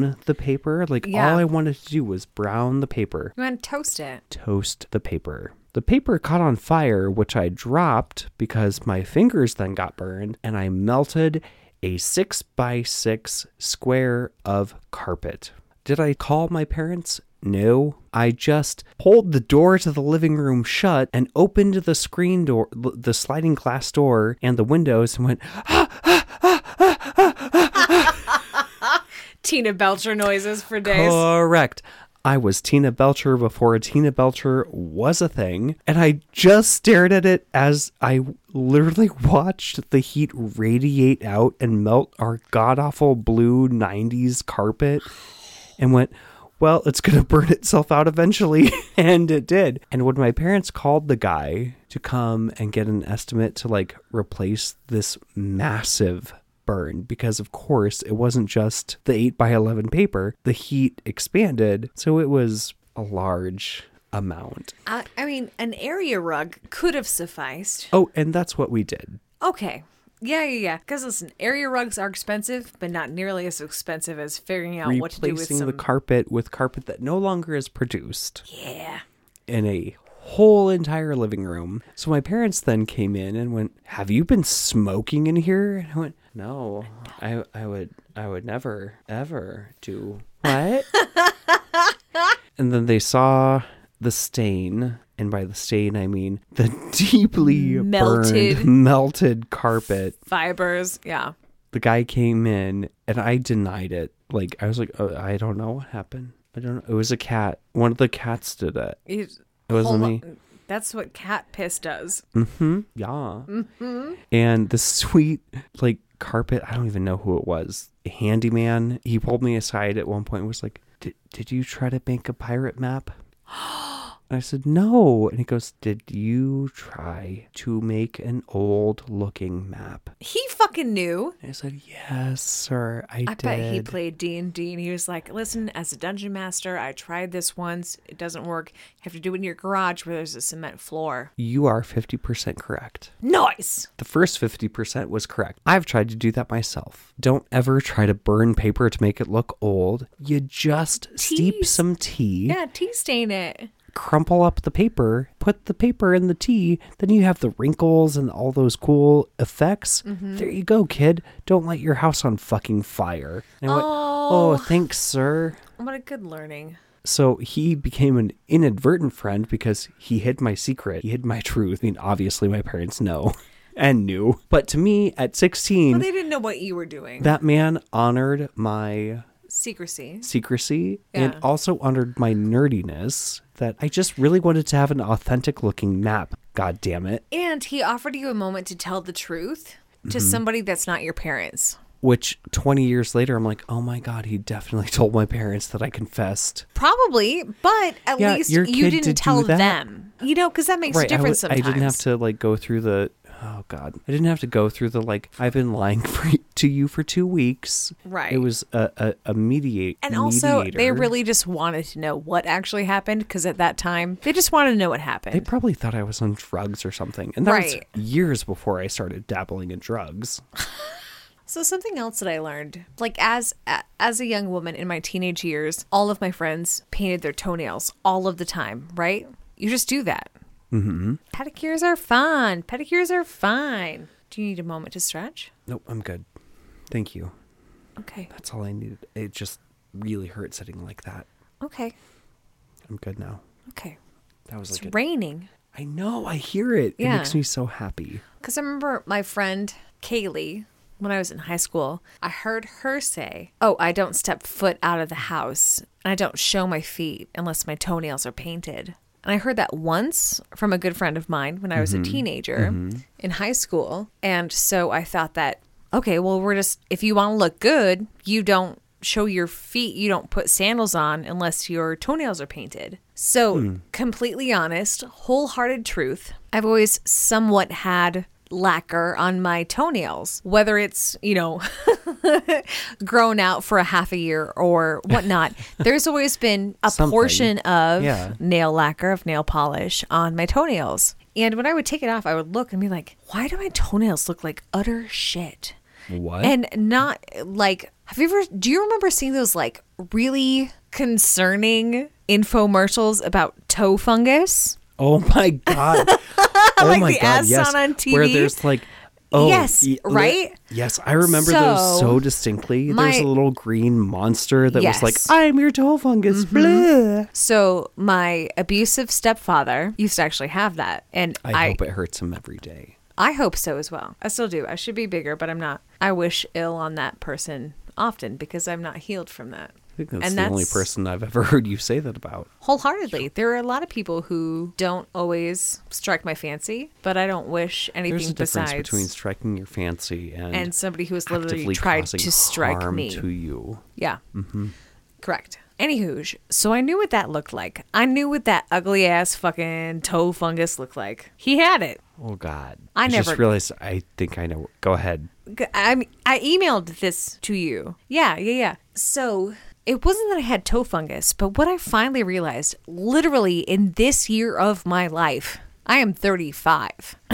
S1: brown the paper. Like
S3: Yeah.
S1: all I wanted to do was brown the paper
S3: You want to toast it?
S1: toast the paper. The paper caught on fire, which I dropped because my fingers then got burned, and I melted a six by six square of carpet. Did I call my parents? No. I just pulled the door to the living room shut and opened the screen door, l- the sliding glass door, and the windows and went,
S3: Tina Belcher noises for days.
S1: Correct. I was Tina Belcher before Tina Belcher was a thing, and I just stared at it as I literally (laughs) watched the heat radiate out and melt our god awful blue 90s carpet and went, well, it's going to (laughs) burn itself out eventually. (laughs) and it did. And when my parents called the guy to come and get an estimate to like replace this massive burn, because of course it wasn't just the 8 by 11 paper, the heat expanded. So it was a large amount.
S3: I, Uh, I mean, an area rug could have sufficed.
S1: Oh, and that's what we did.
S3: Okay. Yeah, yeah, yeah. Because listen, area rugs are expensive, but not nearly as expensive as figuring out Uh, what to do with
S1: Replacing
S3: some.
S1: the carpet with carpet that no longer is produced.
S3: yeah.
S1: in a whole entire living room. So my parents then came in and went, "Have you been smoking in here?" And I went, "No, I I would I would never ever do what." (laughs) and then they saw the stain, and by the stain I mean the (laughs) deeply
S3: Melted.
S1: burned, (laughs) melted carpet
S3: Fibers. Yeah.
S1: the guy came in and I denied it. Like I was like, oh, I don't know what happened. I don't know. It was a cat. One of the cats did it.
S3: You-
S1: It wasn't
S3: hold on.
S1: me.
S3: That's what cat piss does.
S1: Mm-hmm. Yeah.
S3: Mm-hmm.
S1: And the sweet like carpet. I don't even know who it was. Handyman. He pulled me aside at one point and was like, "Did did you try to make a pirate
S3: (gasps)
S1: map?" And I said, "No." And he goes, "Did you try to make an old looking map?"
S3: He fucking knew.
S1: And I said, "Yes, sir. I,
S3: I
S1: did."
S3: bet he played D and D, and he was like, "Listen, as a dungeon master, I tried this once. It doesn't work. You have to do it in your garage where there's a cement floor."
S1: You are 50% correct.
S3: Nice.
S1: The first 50% was correct. I've tried to do that myself. Don't ever try to burn paper to make it look old. You just steep
S3: Teas.
S1: some tea,
S3: Yeah, tea stain it.
S1: crumple up the paper, put the paper in the tea, then you have the wrinkles and all those cool effects.
S3: Mm-hmm.
S1: There you go, kid. Don't light your house on fucking fire. And I went, oh, thanks, sir.
S3: What a good learning.
S1: So he became an inadvertent friend because he hid my secret. He hid my truth. I mean, obviously, my parents know (laughs) and knew. But to me, at 16,
S3: Well, they didn't know what you were doing.
S1: that man honored my
S3: Secrecy.
S1: secrecy
S3: Yeah.
S1: and also honored my nerdiness that I just really wanted to have an authentic looking map. God damn it.
S3: And he offered you a moment to tell the truth
S1: Mm-hmm.
S3: to somebody that's not your parents.
S1: Which 20 years later, I'm like, oh my God, he definitely (laughs) told my parents that I confessed.
S3: Probably, but at
S1: Yeah,
S3: least
S1: your
S3: you
S1: kid
S3: didn't
S1: did do
S3: tell
S1: that.
S3: them. You know, because that makes a
S1: I
S3: difference
S1: wa- I,
S3: sometimes.
S1: didn't have to like go through the oh god. I didn't have to go through the like I've been lying (laughs) for, to you for two weeks.
S3: Right.
S1: It was a a, a mediate
S3: And also, they
S1: mediator.
S3: really just wanted to know what actually happened because at that time, they just wanted to know what
S1: They
S3: happened.
S1: probably thought I was on drugs or something, and that
S3: Right.
S1: was years before I started dabbling in drugs.
S3: So something else that I learned, like as a- as a young woman in my teenage years, all of my friends painted their toenails all of the time, right? You just do that. Mm-hmm. Pedicures are fun. Pedicures are fine. Do you need a moment to stretch?
S1: Nope, I'm good. Thank you.
S3: Okay.
S1: That's all I needed. It just really hurt sitting like that.
S3: Okay.
S1: I'm good now.
S3: Okay.
S1: That was
S3: It's
S1: like a-
S3: raining.
S1: I know. I hear it.
S3: Yeah.
S1: It makes me so happy.
S3: Because I remember my friend Kaylee, when I was in high school, I heard her say, Oh, I don't step foot out of the house and I don't show my feet unless my toenails are painted. And I heard that once from a good friend of mine when I was a teenager in high school. And so I thought that, okay, well, we're just, if you want to look good, you don't show your feet, you don't put sandals on unless your toenails are painted.
S1: Hmm.
S3: So, completely honest, wholehearted truth. I've always somewhat had lacquer on my toenails, whether it's, you know, (laughs) grown out for a half a year or
S1: (laughs)
S3: whatnot, there's always been a
S1: Something.
S3: portion of
S1: Yeah.
S3: nail lacquer, of nail polish on my toenails. And when I would take it off, I would look and be like, why do my toenails look like utter shit?
S1: What?
S3: And not like, have you ever, do you remember seeing those like really concerning infomercials about toe fungus?
S1: oh my
S3: (laughs)
S1: god! oh
S3: Like
S1: my
S3: the
S1: god!
S3: ads
S1: Yes,
S3: on- on
S1: where
S3: TV?
S1: there's like, oh
S3: Yes,
S1: ye- li-
S3: right?
S1: Yes, I remember those so
S3: So,
S1: distinctly.
S3: my-
S1: there's a little green monster that was like,
S3: Yes. Mm-hmm.
S1: "I'm your toe fungus." Blah.
S3: So my abusive stepfather used to actually have that, and
S1: I,
S3: I I
S1: hope
S3: hope,
S1: it hurts him every day.
S3: so as well. I still do. I should be bigger, but I'm not. I wish ill on that person often because I'm not healed from that.
S1: I think that's the only person I've ever (laughs) heard you say that about.
S3: Wholeheartedly, there are a lot of people who don't always strike my fancy, but I don't wish anything
S1: There's a difference
S3: besides
S1: between striking your fancy and
S3: and somebody who has literally
S1: actively
S3: tried
S1: causing
S3: to strike
S1: harm
S3: me.
S1: to you.
S3: Yeah. Correct. Anywho, so I knew what that looked like. I knew what that ugly ass fucking toe fungus looked like. He had it.
S1: Oh God!
S3: I
S1: just
S3: never-
S1: realized. I think I know. Go ahead.
S3: G- I I emailed this to you. Yeah, yeah, yeah. So it wasn't that I had toe fungus, but what I finally realized, literally in this year of my life, I am 35. (laughs)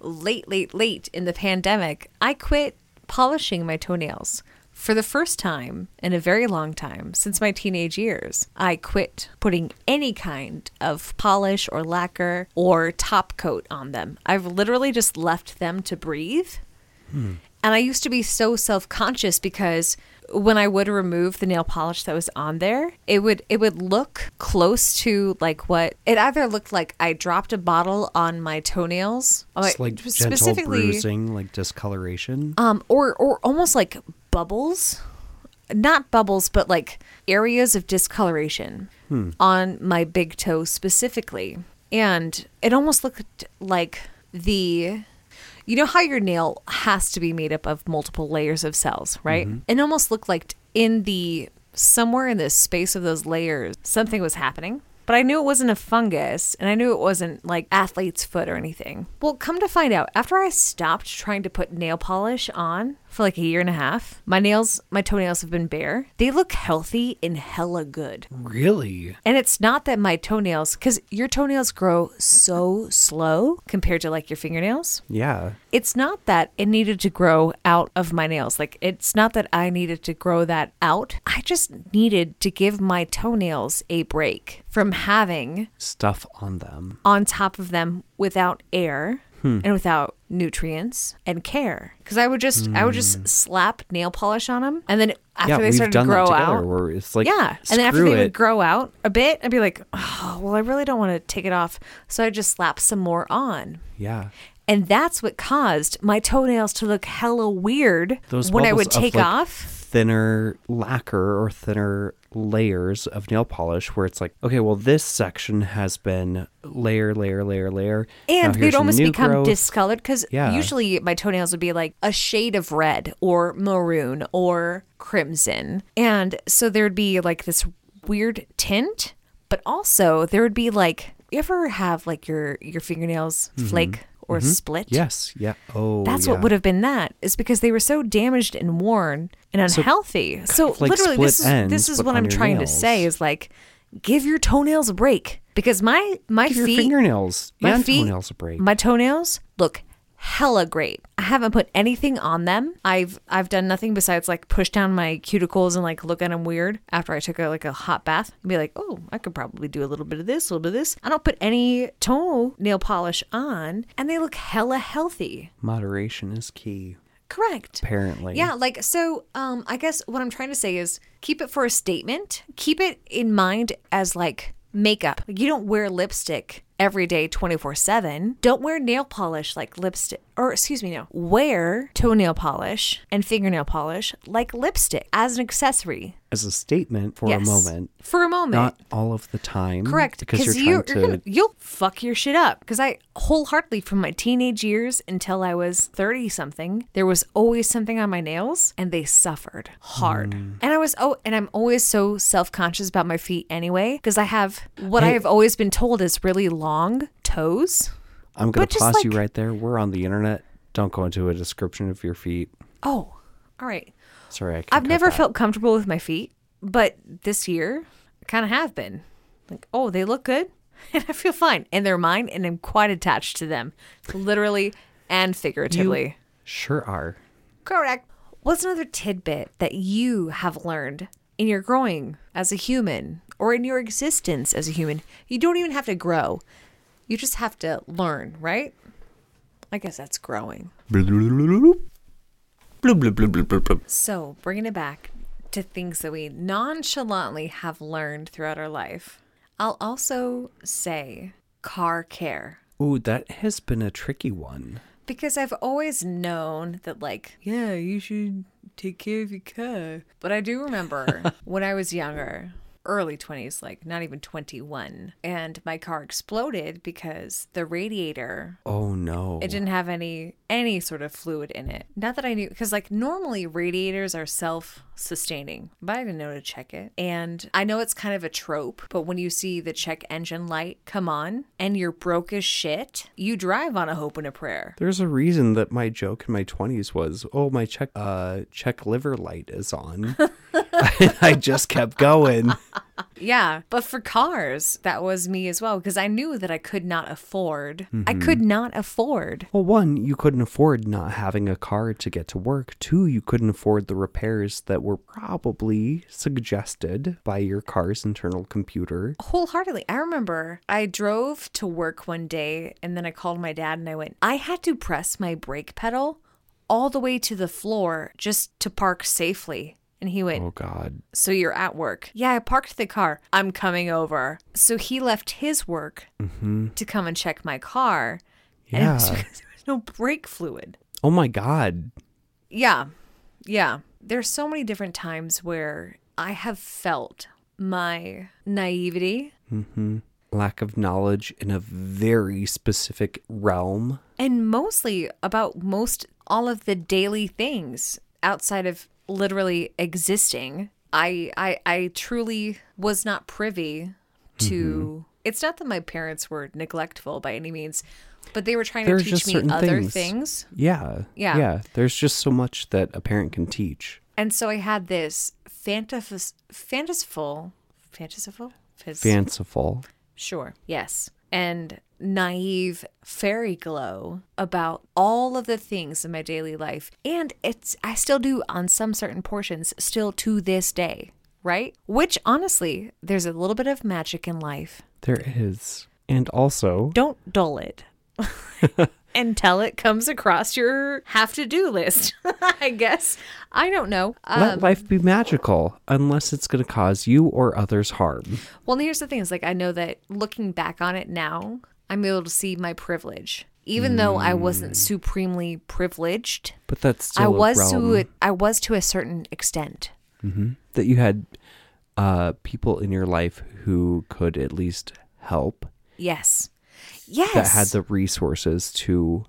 S3: late, late, late in the pandemic, I quit polishing my toenails. For the first time in a very long time since my teenage years, I quit putting any kind of polish or lacquer or top coat on them. I've literally just left them to breathe. And I used to be so self conscious because when I would remove the nail polish that was on there, it would it would look close to like what it either looked like I dropped a bottle on my toenails,
S1: It's like gentle bruising, like discoloration.
S3: um, or or almost like bubbles, not bubbles, but like areas of discoloration on my big toe specifically, and it almost looked like the. You know how your nail has to be made up of multiple layers of cells, right? It almost looked like t- in the somewhere in the space of those layers, something was happening. But I knew it wasn't a fungus and I knew it wasn't like athlete's foot or anything. Well, come to find out, after I stopped trying to put nail polish on for like a year and a half, my nails, my toenails have been bare. They look healthy and hella good.
S1: really?
S3: And it's not that my toenails, because your toenails grow so slow compared to like your fingernails.
S1: Yeah.
S3: It's not that it needed to grow out of my nails. Like, it's not that I needed to grow that out. I just needed to give my toenails a break from having
S1: Stuff on them.
S3: on top of them without air
S1: Hmm.
S3: and without nutrients and care. Because I would just, I would just slap nail polish on them, and then after
S1: Hmm. yeah,
S3: they
S1: we've
S3: started
S1: done
S3: to grow
S1: that together.
S3: out,
S1: Where it's like,
S3: yeah,
S1: screw
S3: and then after they
S1: it.
S3: would grow out a bit, I'd be like, oh, well, I really don't want to take it off, so I just slap some more on.
S1: yeah,
S3: And that's what caused my toenails to look hella weird
S1: those
S3: when I
S1: bubbles
S3: would
S1: of,
S3: take
S1: like,
S3: off.
S1: thinner lacquer or thinner layers of nail polish, where it's like, okay, well, this section has been layer, layer, layer, layer, Now
S3: And
S1: here's
S3: they'd
S1: some
S3: almost
S1: new
S3: become
S1: growth.
S3: discolored because
S1: Yeah.
S3: usually my toenails would be like a shade of red or maroon or crimson. And so there'd be like this weird tint, but also there would be like, you ever have like your, your fingernails flake or split?
S1: Yes. Mm-hmm. Yeah. Oh,
S3: That's
S1: yeah.
S3: what would have been that is because they were so damaged and worn and unhealthy. So,
S1: of like
S3: literally, this is
S1: split ends,
S3: this is
S1: but
S3: what
S1: on
S3: I'm
S1: your
S3: trying
S1: nails.
S3: to say is like, give your toenails a break because my my
S1: Give your
S3: feet
S1: fingernails
S3: my
S1: and
S3: feet
S1: toenails a break.
S3: my toenails look hella great. I haven't put anything on them. I've I've done nothing besides like push down my cuticles and like look at them weird after I took a, like a hot bath and be like, oh, I could probably do a little bit of this, a little bit of this. I don't put any toe nail polish on, and they look hella healthy.
S1: Moderation is key,
S3: Correct.
S1: apparently.
S3: Yeah, like so um I guess what I'm trying to say is keep it for a statement. Keep it in mind as like makeup. Like you don't wear lipstick every day 24/7. Don't wear nail polish like lipstick or excuse me, no. Wear toenail polish and fingernail polish like lipstick as an accessory.
S1: As a statement for a
S3: Yes.
S1: moment,
S3: For a moment.
S1: not all of the time.
S3: Correct,
S1: Because you're trying
S3: you,
S1: to.
S3: gonna, you'll fuck your shit up. Because I wholeheartedly, from my teenage years until I was thirty something, there was always something on my nails, and they suffered hard.
S1: Hmm.
S3: And I was oh, and I'm always so self conscious about my feet anyway, because I have what I
S1: Hey.
S3: have always been told is really long toes.
S1: I'm going
S3: But
S1: to
S3: just
S1: pause you
S3: like-
S1: right there. We're on the internet. Don't go into a description of your feet.
S3: Oh, all right.
S1: Sorry, I can
S3: I've
S1: cut
S3: never
S1: that.
S3: felt comfortable with my feet, but this year kind of have been. Like, oh, they look good (laughs) and I feel fine. And they're mine and I'm quite attached to them, literally and figuratively.
S1: Sure are.
S3: Correct. What's another tidbit that you have learned in your growing as a human or in your existence as a human? You don't even have to grow, you just have to learn, right? I guess that's growing. So, bringing it back to things that we nonchalantly have learned throughout our life, I'll also say car care.
S1: Ooh, that has been a tricky one.
S3: Because I've always known that, like, yeah, you should take care of your car. But I do (laughs) remember when I was younger, early 20s, like not even 21, and my car exploded because the radiator
S1: Oh no.
S3: it didn't have any any sort of fluid in it. Not that I knew, because like normally radiators are self-sustaining, but I didn't know to check it. And I know it's kind of a trope, but when you see the check engine light come on and you're broke as shit, you drive on a hope and a prayer.
S1: There's a reason that my joke in my 20s was, "Oh, my check uh check liver light is on." (laughs) I just kept going.
S3: Yeah, but for cars, that was me as well because I knew that I could not afford. I could not afford.
S1: Well, one, you couldn't afford not having a car to get to work. Two, you couldn't afford the repairs that were probably suggested by your car's internal computer.
S3: Wholeheartedly. I remember I drove to work one day and then I called my dad and I went, I had to press my brake pedal all the way to the floor just to park safely. And he went,
S1: Oh god.
S3: So you're at work? Yeah, I parked the car. I'm coming over. So he left his work to come (laughs) and check my car. And it was
S1: Mm-hmm. Yeah.
S3: because there was no brake fluid.
S1: Oh my god.
S3: Yeah. Yeah. There's so many different times where I have felt my naivety
S1: Lack of knowledge in a very specific realm.
S3: and mostly about most all of the daily things outside of literally existing. I I I truly was not privy
S1: Mm-hmm.
S3: to It's not that my parents were neglectful by any means, but they were trying
S1: There are
S3: to teach
S1: just
S3: me
S1: certain
S3: other
S1: things.
S3: things.
S1: Yeah.
S3: Yeah.
S1: Yeah. There's just so much that a parent can teach.
S3: And so I had this fantas fantasiful fantasiful Fas-
S1: Fanciful.
S3: Sure. Yes. And naive fairy glow about all of the things in my daily life. And it's, I still do on some certain portions still to this day, right? Which honestly, there's a little bit of magic in life.
S1: There is. And also,
S3: Don't dull it until it comes across your have to do list, (laughs) I guess. I don't know.
S1: let
S3: Um,
S1: life be magical unless it's going to cause you or others harm.
S3: Well, and here's the thing is like I know that looking back on it now, I'm able to see my privilege. Even though I wasn't supremely privileged,
S1: But that's still
S3: I was
S1: Hmm. a realm
S3: to a, I was to a certain extent.
S1: that you had uh, people in your life who could at least help
S3: Yes. Yes.
S1: that had the resources to.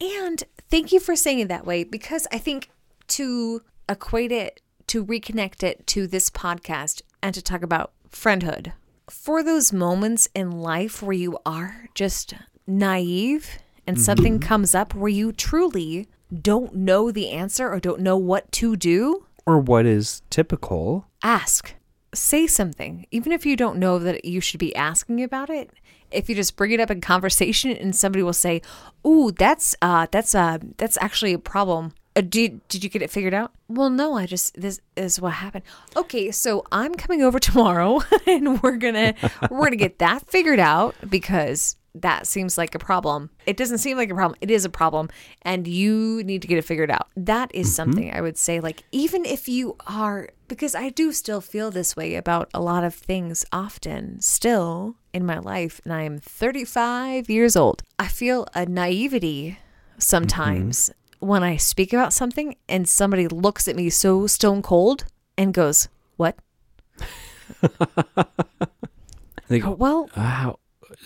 S3: And thank you for saying it that way because I think to equate it, to reconnect it to this podcast and to talk about friendhood, for those moments in life where you are just naive and something comes up where you truly don't know the answer or don't know what to do,
S1: Or what is typical,
S3: ask. Say something, even if you don't know that you should be asking about it. If you just bring it up in conversation, and somebody will say, "Ooh, that's uh, that's uh, that's actually a problem." Uh, did did you get it figured out? Well, no, I just this is what happened. Okay, so I'm coming over (laughs) tomorrow, and we're gonna we're gonna get that figured out because that seems like a problem. It doesn't seem like a problem. It is a problem, and you need to get it figured out. That
S1: Mm-hmm.
S3: is something I would say. Like even if you are, because I do still feel this way about a lot of things often, still in my life, and I am 35 years old. I feel a naivety sometimes
S1: Mm-hmm.
S3: when I speak about something, and somebody looks at me so stone cold and goes, "What?"
S1: (laughs) They
S3: Oh,
S1: go,
S3: Well,
S1: wow,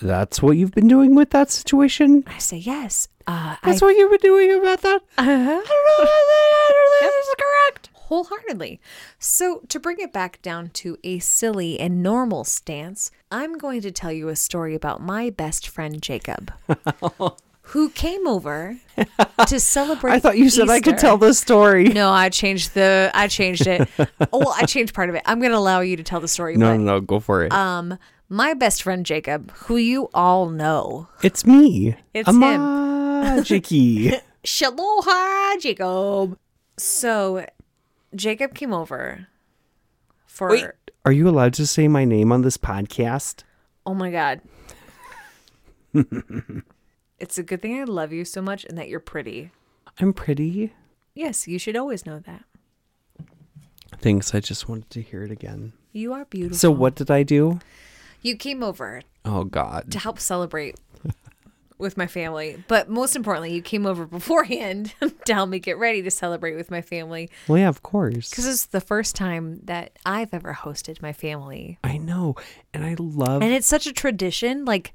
S1: that's what you've been doing with that situation?
S3: I say yes. Uh, I
S1: That's what you've been doing about that?
S3: Uh-huh. I don't know. That is correct. wholeheartedly. So, to bring it back down to a silly and normal stance, I'm going to tell you a story about my best friend
S1: (laughs)
S3: Jacob, who came over to celebrate.
S1: I thought you said I could
S3: Easter.
S1: tell this story.
S3: No, I changed the. I changed it. oh, well, I changed part of it. I'm going to allow you to tell the story.
S1: No,
S3: but,
S1: no, no, go for it.
S3: Um, my best friend Jacob, who you all know.
S1: it's me.
S3: it's him. (laughs)
S1: Magicy.
S3: Shaloha, Jacob. So, Jacob came over for.
S1: Are you allowed to say my name on this podcast?
S3: Oh my god. (laughs) it's a good thing I love you so much and that you're pretty.
S1: I'm pretty.
S3: Yes, you should always know that.
S1: Thanks. I just wanted to hear it again.
S3: You are beautiful.
S1: So what did I do?
S3: you came over
S1: Oh God.
S3: to help celebrate with my family, but most importantly, you came over beforehand (laughs) to help me get ready to celebrate with my family
S1: Well, yeah, of course.
S3: because it's the first time that I've ever hosted my family.
S1: I know, and I love.
S3: And it's such a tradition. Like,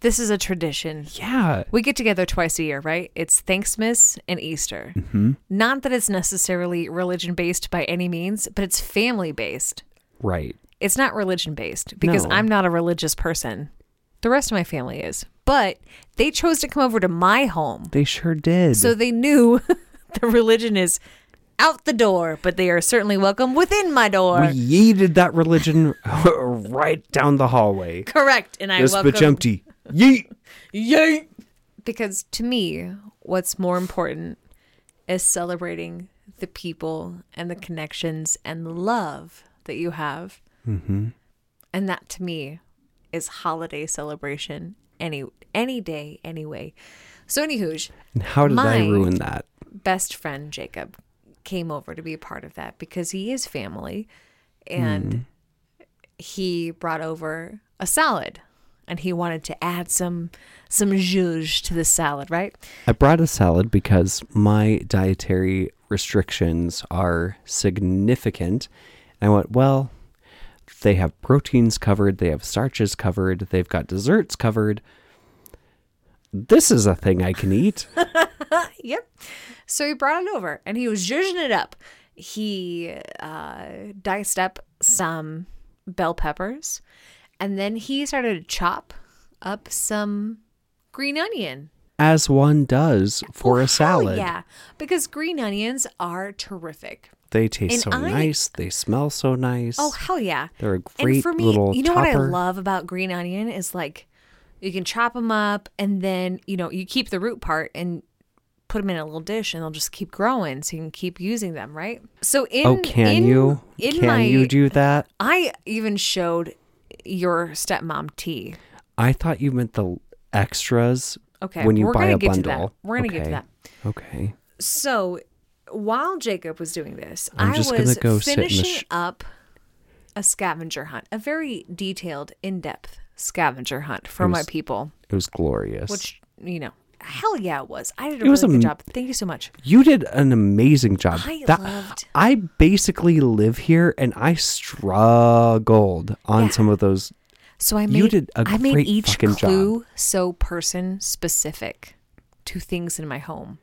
S3: this is a tradition
S1: yeah,
S3: We get together twice a year, right? It's Thanksmas and Easter.
S1: Mm-hmm.
S3: Not that it's necessarily religion based by any means, but it's family based.
S1: right.
S3: It's not religion based because
S1: No.
S3: I'm not a religious person. The rest of my family is. But they chose to come over to my home.
S1: They sure did.
S3: So they knew (laughs) the religion is out the door, but they are certainly welcome within my door.
S1: we yeeted that religion (laughs) right down the hallway.
S3: Correct. And I
S1: This
S3: welcome
S1: bitch empty. Yeet. Yeet.
S3: because to me, what's more important is celebrating the people and the connections and the love that you have. Mm-hmm. And that to me is holiday celebration any any day, anyway. So, anywho,
S1: And how did I
S3: My-
S1: ruin that?
S3: best friend Jacob came over to be a part of that because he is family and
S1: Hmm.
S3: he brought over a salad and he wanted to add some some zhuzh to the salad, right?
S1: I brought a salad because my dietary restrictions are significant. And I went, well, they have proteins covered, they have starches covered, they've got desserts covered. This is a thing I can
S3: (laughs)
S1: eat.
S3: Yep. So he brought it over and he was zhuzhing it up. He uh, diced up some bell peppers and then he started to chop up some green onion.
S1: as one does for a
S3: Oh,
S1: salad.
S3: yeah. Because green onions are terrific.
S1: They taste
S3: And
S1: so
S3: I-
S1: nice, they smell so nice.
S3: Oh, hell yeah.
S1: They're a
S3: and
S1: great
S3: for me,
S1: little
S3: you know what I
S1: topper.
S3: love about green onion is like you can chop them up and then, you know, you keep the root part and put them in a little dish and they'll just keep growing so you can keep using them, right? So in
S1: oh, can
S3: in-
S1: you?
S3: in
S1: can
S3: my
S1: you do that?
S3: I even showed your stepmom tea.
S1: I thought you meant the extras
S3: Okay.
S1: when you
S3: we're
S1: buy
S3: gonna
S1: a
S3: get
S1: bundle.
S3: To that. We're going to get to
S1: Okay.
S3: that.
S1: Okay.
S3: So while Jacob was doing this,
S1: I'm
S3: I
S1: just gonna
S3: was
S1: go sit in the
S3: finishing
S1: sh-
S3: up a scavenger hunt, a very detailed, in depth scavenger hunt for my people,
S1: It was glorious.
S3: which, you know, hell yeah, it was. I did a
S1: It
S3: really
S1: was
S3: good
S1: am-
S3: job. Thank you so much.
S1: You did an amazing job.
S3: I loved-
S1: I basically live here and I struggled on
S3: Yeah.
S1: some of those.
S3: So I made,
S1: You did a
S3: I made
S1: great
S3: each
S1: fucking job.
S3: clue so person specific to things in my home.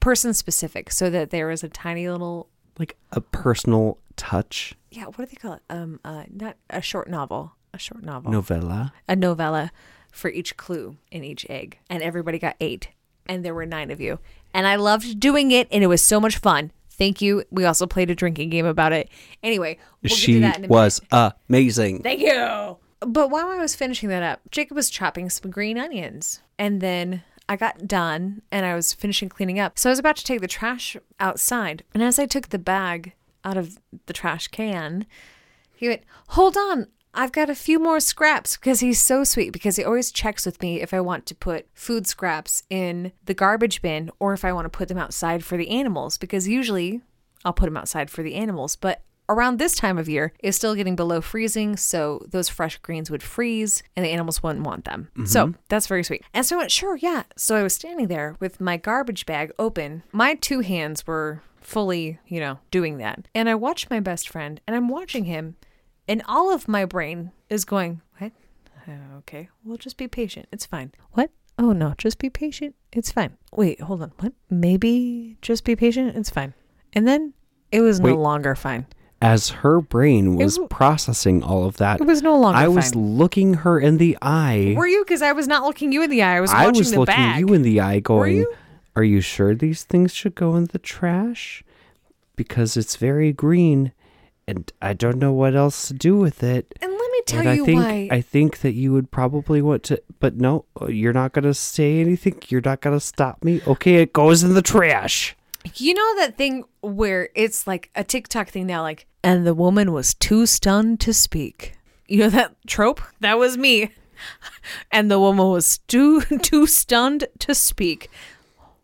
S3: Person specific, so that there was a tiny little
S1: Like a personal touch
S3: yeah. What do they call it? Um, uh, not a short novel, a short novel,
S1: novella.
S3: a novella for each clue in each egg, and everybody got eight, and there were nine of you, and I loved doing it, and it was so much fun. Thank you. We also played a drinking game about it. Anyway, we'll get to
S1: she
S3: that in a minute.
S1: was amazing.
S3: (laughs) Thank you. But while I was finishing that up, Jacob was chopping some green onions. And then I got done and I was finishing cleaning up. So I was about to take the trash outside. And as I took the bag out of the trash can, he went, Hold on. I've got a few more scraps because he's so sweet because he always checks with me if I want to put food scraps in the garbage bin or if I want to put them outside for the animals because usually I'll put them outside for the animals. But around this time of year, it's still getting below freezing, so those fresh greens would freeze and the animals wouldn't want them. So that's very sweet. And so I went, sure, yeah. So I was standing there with my garbage bag open. My two hands were fully, you know, doing that. And I watched my best friend and I'm watching him, and all of my brain is going, what? Uh, Okay, well, just be patient. It's fine. What? Oh, no, just be patient. It's fine. Wait, hold on. What? Maybe just be patient. It's fine. And then It was
S1: Wait.
S3: no longer fine.
S1: As her brain was
S3: w-
S1: processing all of that,
S3: It was no longer
S1: I was
S3: fine.
S1: looking her in the eye.
S3: Were you? Because I was not looking you in the eye. I was
S1: I
S3: watching
S1: was
S3: the
S1: looking
S3: bag.
S1: you in the eye, going,
S3: you?
S1: "Are you sure these things should go in the trash? Because it's very green, and I don't know what else to do with it."
S3: and let me tell
S1: and I
S3: you
S1: think
S3: why.
S1: I think that you would probably want to, but no, you're not gonna say anything. You're not gonna stop me. Okay, it goes in the trash.
S3: You know that thing where it's like a TikTok thing now, like, and the woman was too stunned to speak. You know that trope? That was me. (laughs) and the woman was too (laughs) too stunned to speak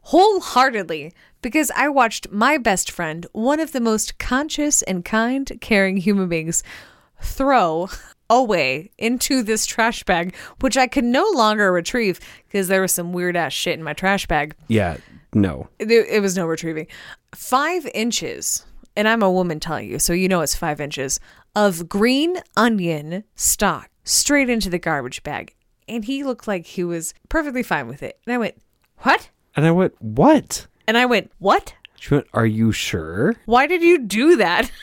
S3: wholeheartedly because I watched my best friend, one of the most conscious and kind, caring human beings, throw away into this trash bag, which I could no longer retrieve because there was some weird ass shit in my trash bag
S1: Yeah, no.
S3: there, it was no retrieving. Five inches, and I'm a woman telling you, so you know it's five inches of green onion stock straight into the garbage bag. And he looked like he was perfectly fine with it. And I went, What?
S1: And I went, "What?"
S3: And I went, What?
S1: She went, "Are you sure?"
S3: Why did you do that? (laughs)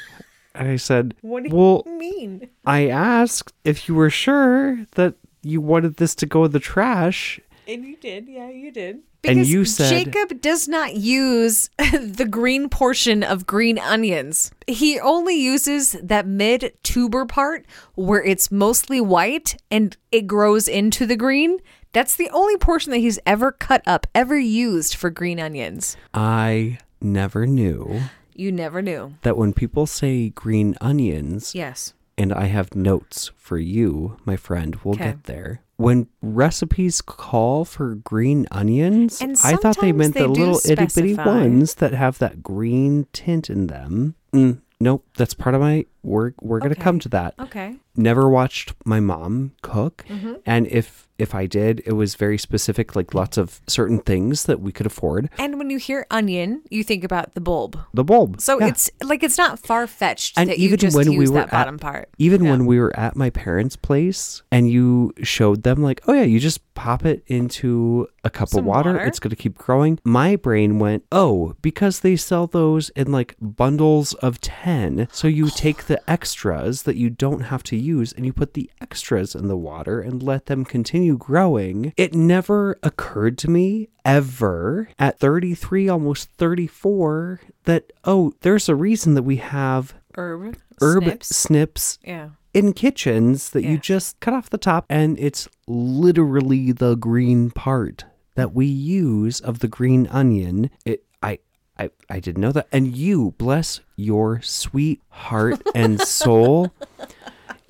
S1: And I said,
S3: What do
S1: "Well,
S3: you mean?
S1: I asked if you were sure that you wanted this to go in the trash.
S3: And you did. Yeah, you did.
S1: And
S3: Because
S1: you said-
S3: Jacob does not use (laughs) the green portion of green onions. He only uses that mid tuber part where it's mostly white and it grows into the green. That's the only portion that he's ever cut up, ever used for green onions.
S1: I never knew
S3: You never knew.
S1: that when people say green onions,
S3: Yes.
S1: and I have notes for you, my friend, we'll
S3: Okay.
S1: get there. When recipes call for green onions,
S3: And
S1: I thought they
S3: sometimes
S1: meant
S3: they
S1: the
S3: do
S1: little itty bitty
S3: specify.
S1: ones that have that green tint in them. Mm, nope, that's part of my work. We're going to
S3: Okay. Oh.
S1: come to that.
S3: Okay.
S1: never watched my mom cook
S3: Mm-hmm.
S1: and if if i did it was very specific like lots of certain things that we could afford
S3: And when you hear onion, you think about the bulb.
S1: the bulb
S3: So
S1: yeah.
S3: it's like it's not far fetched that you just use that bottom
S1: at,
S3: part.
S1: even
S3: Yeah.
S1: when we were at my parents place and you showed them like oh yeah you just pop it into a cup of
S3: Some
S1: water,
S3: water.
S1: it's going to keep growing my brain went oh because they sell those in like bundles of 10 so
S3: Oh.
S1: you take the extras that you don't have to use and you put the extras in the water and let them continue growing it never occurred to me ever at 33 almost 34 that oh there's a reason that we have
S3: herb,
S1: herb
S3: snips.
S1: snips
S3: Yeah.
S1: in kitchens that you
S3: Yeah.
S1: just cut off the top and it's literally the green part that we use of the green onion it i i, I didn't know that and you bless your sweet heart
S3: (laughs)
S1: and soul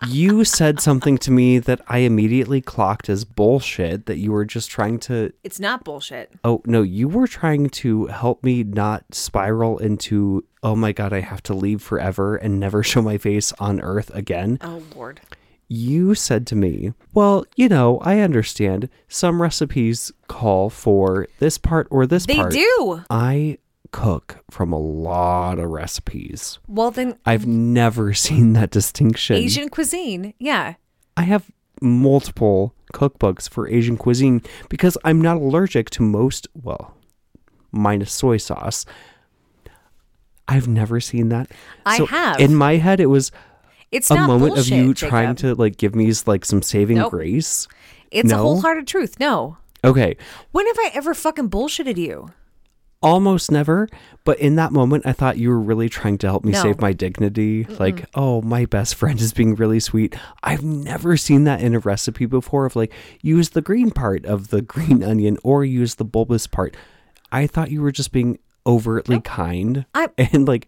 S1: you said something to me that i immediately clocked as bullshit that you were just trying to
S3: It's not bullshit.
S1: Oh, no, you were trying to help me not spiral into, oh my God, I have to leave forever and never (laughs) show my face on Earth again.
S3: Oh Lord.
S1: You said to me, well, you know, I understand some recipes call for this part or this
S3: They
S1: part.
S3: do.
S1: I cook from a lot of recipes.
S3: Well then
S1: I've never (laughs) seen that distinction.
S3: Mm. Asian cuisine. Yeah.
S1: I have multiple cookbooks for Asian cuisine because I'm not allergic to most, well, minus soy sauce. I've never seen that.
S3: I have.
S1: In my head, it was
S3: It's
S1: a
S3: not
S1: moment
S3: bullshit,
S1: of you trying
S3: Jacob.
S1: to like give me like some saving
S3: Nope.
S1: grace.
S3: It's a
S1: No.
S3: wholehearted truth. No.
S1: Okay,
S3: When have I ever fucking bullshitted you?
S1: almost never. But in that moment, I thought you were really trying to help me
S3: No.
S1: save my dignity. Like, oh, my best friend is being really sweet. I've never seen that in a recipe before of like, use the green part of the (laughs) green onion or use the bulbous part. I thought you were just being overtly kind
S3: I-
S1: (laughs) and like,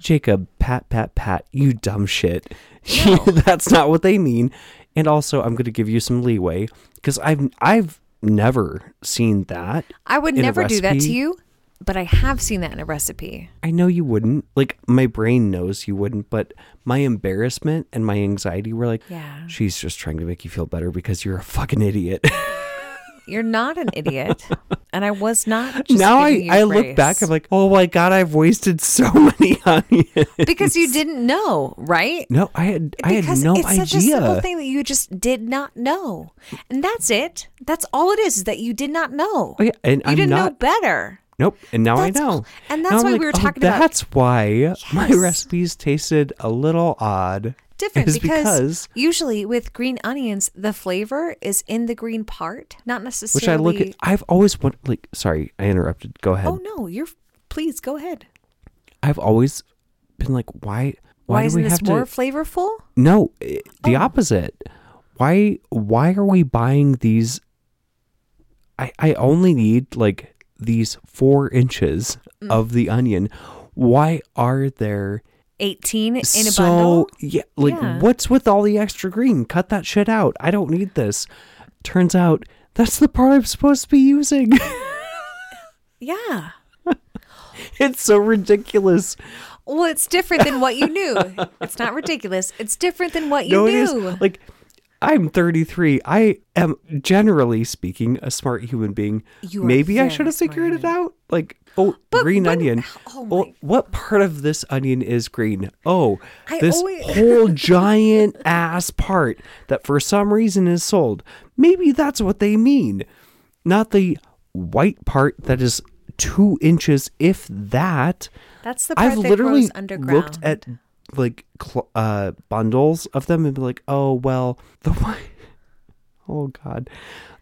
S1: Jacob, pat, pat, pat, you dumb shit. (laughs) That's not what they mean. And also, I'm going to give you some leeway because I've, I've, Never seen that.
S3: I would
S1: In a
S3: never do that to
S1: recipe?
S3: you, but I have seen that in a recipe.
S1: I know you wouldn't. Like my brain knows you wouldn't, but my embarrassment and my anxiety were like,
S3: Yeah.
S1: she's just trying to make you feel better because you're a fucking idiot. (laughs)
S3: You're not an idiot. and I was not just
S1: now I,
S3: giving you
S1: I look
S3: grace.
S1: back, I'm like, oh my god, I've wasted so (laughs) many onions.
S3: because you didn't know, right?
S1: No, I had I had
S3: because
S1: no
S3: it's such a simple
S1: idea.
S3: thing that you just did not know. And that's it. That's all it is, is that you did not know.
S1: Oh, yeah, and
S3: you
S1: I'm
S3: didn't know
S1: not
S3: better.
S1: nope. And now
S3: That's-
S1: I know.
S3: and
S1: Now
S3: that's
S1: I'm "Oh,
S3: why we were talking about-
S1: That's why my
S3: Yes.
S1: recipes tasted a little odd.
S3: Different
S1: is
S3: because,
S1: because
S3: usually with green onions, the flavor is in the green part, not
S1: which
S3: necessarily.
S1: I look at. I've always want like. Sorry, I interrupted. Go ahead.
S3: Oh no, you're. Please go ahead.
S1: I've always been like, why? Why,
S3: Why,
S1: do
S3: isn't
S1: we
S3: this
S1: have to?
S3: more Oh. flavorful?
S1: no, i- the opposite. Why? Why are we buying these? I I only need like these four inches
S3: Mm.
S1: of the onion. Why are there?
S3: 18 in a
S1: so
S3: bundle.
S1: yeah, like
S3: Yeah.
S1: what's with all the extra green? Cut that shit out. I don't need this. Turns out that's the part I'm supposed to be using. (laughs)
S3: Yeah.
S1: it's so ridiculous.
S3: Well, it's different than what you
S1: (laughs)
S3: knew. it's not ridiculous. It's different than what you
S1: no, it
S3: knew.
S1: is like I'm 33. I am generally speaking a smart human being.
S3: You are
S1: Maybe I
S3: very
S1: should have figured it out. Like oh,
S3: But
S1: green
S3: when-
S1: onion.
S3: oh
S1: Well,
S3: my-
S1: what part of this onion is green? Oh,
S3: I
S1: this
S3: always- (laughs)
S1: whole giant ass part that for some reason is sold. Maybe that's what they mean. Not the white part that is two inches, if that.
S3: That's the part
S1: I've
S3: that
S1: literally
S3: grows underground.
S1: looked at like cl- uh, bundles of them and be like, oh well, the (laughs) one- oh god,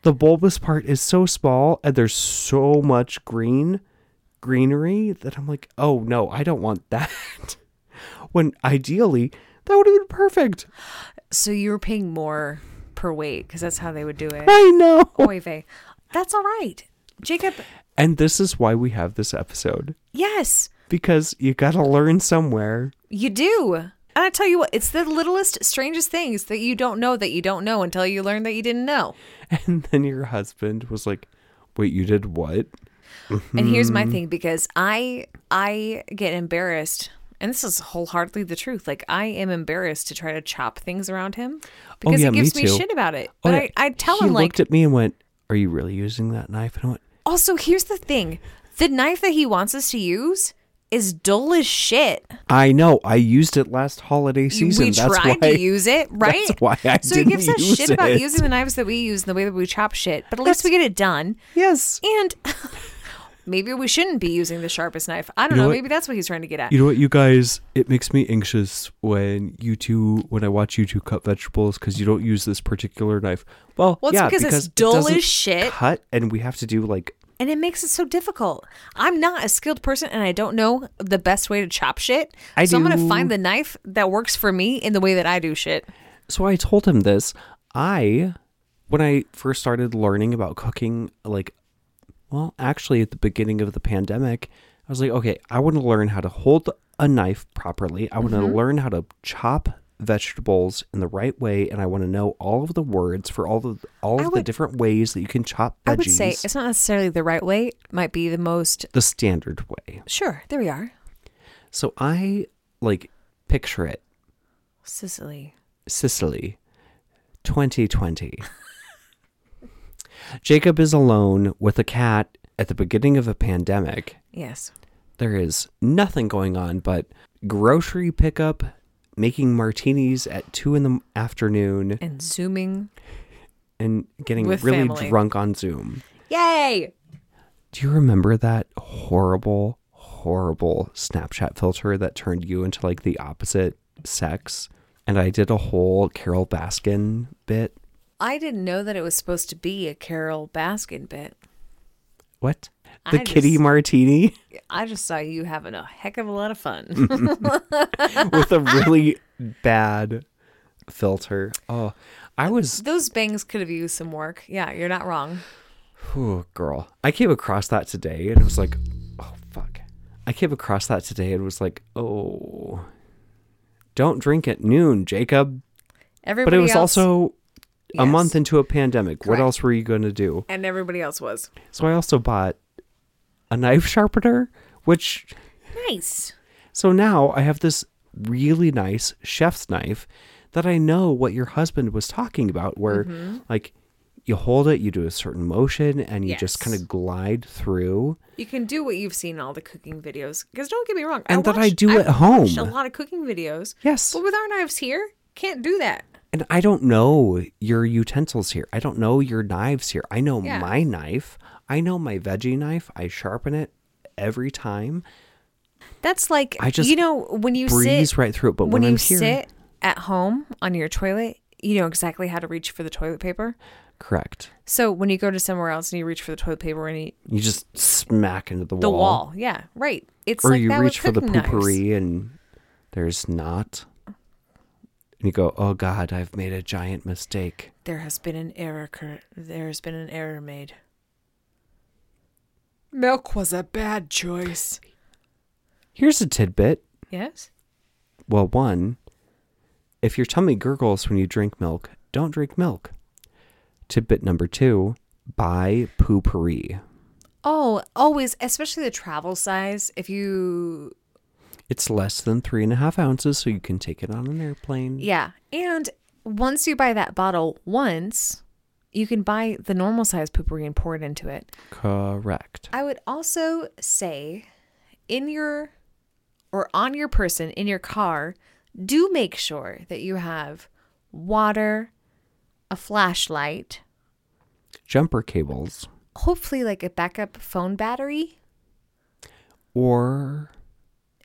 S1: the bulbous part is so small and there's so much green greenery that I'm like, oh no, I don't want that. (laughs) when ideally that would have been perfect.
S3: So you were paying more per weight because that's how they would do it.
S1: (laughs) I know.
S3: Oy vey. That's all right. Jacob,
S1: And this is why we have this episode
S3: yes,
S1: because you got to learn somewhere. (laughs)
S3: you do. And I tell you what, it's the littlest, strangest things that you don't know that you don't know until you learn that you didn't know.
S1: And then your husband was like, wait, you did what?
S3: And here's
S1: Hmm.
S3: my thing because I I get embarrassed and this is wholeheartedly the truth. Like I am embarrassed to try to chop things around him because
S1: Oh, yeah,
S3: he
S1: me
S3: gives me,
S1: too.
S3: shit about it.
S1: Oh,
S3: But
S1: yeah.
S3: I, I tell
S1: he
S3: him like
S1: looked at me and went, "Are you really using that knife?" And I went,
S3: also here's the thing. The knife that he wants us to use is dull as shit.
S1: "I know. I used it last holiday season.
S3: we
S1: that's
S3: tried
S1: why (laughs)
S3: to use it, right?
S1: why I
S3: so
S1: didn't
S3: he gives us
S1: use
S3: shit about
S1: it.
S3: using the knives that we use and the way that we chop shit. But at least we get it done.
S1: Yes.
S3: And (laughs) maybe we shouldn't be using the sharpest knife. I don't
S1: You know
S3: know.
S1: what?
S3: Maybe that's what he's trying to get at.
S1: You know what, you guys? It makes me anxious when you two, when I watch you two cut vegetables because you don't use this particular knife. Well,
S3: Well, it's
S1: yeah,
S3: because it's
S1: it
S3: dull as
S1: doesn't
S3: shit.
S1: Cut, and we have to do like
S3: and it makes it so difficult. I'm not a skilled person, and I don't know the best way to chop shit.
S1: I
S3: so I'm
S1: do-
S3: gonna find the knife that works for me in the way that I do shit.
S1: so I told him this. I, when I first started learning about cooking, like, well, actually at the beginning of the pandemic, I was like, okay, I want to learn how to hold a knife properly. I want
S3: Mm-hmm.
S1: to learn how to chop vegetables in the right way, and I want to know all of the words for all the all
S3: I
S1: of the
S3: would-
S1: different ways that you can chop veggies.
S3: I would say it's not necessarily the right way. It might be the most.
S1: the standard way.
S3: Sure, there we are.
S1: So I like picture it,
S3: Sicily.
S1: Sicily, 2020. Jacob is alone with a cat at the beginning of a pandemic.
S3: Yes.
S1: There is nothing going on but grocery pickup, making martinis at two in the m- afternoon,
S3: And zooming.
S1: and getting
S3: With
S1: really
S3: family.
S1: drunk on Zoom.
S3: Yay!
S1: Do you remember that horrible, horrible Snapchat filter that turned you into like the opposite sex? And I did a whole Carol Baskin bit.
S3: I didn't know that it was supposed to be a Carol Baskin bit.
S1: What? The
S3: I
S1: kitty
S3: just- (laughs)
S1: martini
S3: I just saw you having a heck of a lot of fun.
S1: with a really bad filter. Oh, I was,
S3: Those bangs could have used some work. Yeah, you're not wrong.
S1: oh, girl. I came across that today and it was like, oh, fuck. I came across that today and was like, oh, don't drink at noon, Jacob. But
S3: Everybody
S1: it was
S3: else,
S1: also a
S3: Yes.
S1: month into a pandemic. What
S3: Correct.
S1: else were you going to do?
S3: and everybody else was
S1: So I also bought a knife sharpener, which
S3: nice.
S1: So now I have this really nice chef's knife that I know what your husband was talking about, where
S3: Mm-hmm.
S1: like you hold it, you do a certain motion, and you just
S3: Yes.
S1: kind of glide through.
S3: You can do what you've seen in all the cooking videos. Because don't get me wrong,
S1: And that I
S3: watched-
S1: do
S3: I've
S1: at home.
S3: watched A lot of cooking videos.
S1: Yes.
S3: but with our knives here, can't do that.
S1: And I don't know your utensils here. I don't know your knives here. I know
S3: Yeah.
S1: my knife. I know my veggie knife. I sharpen it. every time.
S3: That's like
S1: I just
S3: you know when you
S1: breeze
S3: sit
S1: right through it, but when
S3: you
S1: I'm here-
S3: sit at home on your toilet, you know exactly how to reach for the toilet paper.
S1: Correct.
S3: So when you go to somewhere else and you reach for the toilet paper and you,
S1: You just smack into the,
S3: the
S1: wall,
S3: wall. yeah, right. It's
S1: or
S3: like
S1: you
S3: that
S1: reach
S3: with
S1: for the
S3: cooking knives.
S1: poopery and there's not. And you go, "Oh god, I've made a giant mistake."
S3: There has been an error. Cur- there has been an error made. Milk was a bad choice.
S1: Here's a tidbit.
S3: Yes.
S1: Well, one, if your tummy gurgles when you drink milk, don't drink milk. Tidbit number two, buy poopery.
S3: Oh, always, especially the travel size. If you,
S1: It's less than three and a half ounces, so you can take it on an airplane.
S3: yeah, and once you buy that bottle once, you can buy the normal size poopery and pour it into it.
S1: Correct.
S3: I would also say in your or on your person in your car, do make sure that you have water, a flashlight,
S1: Jumper cables
S3: hopefully like a backup phone battery.
S1: or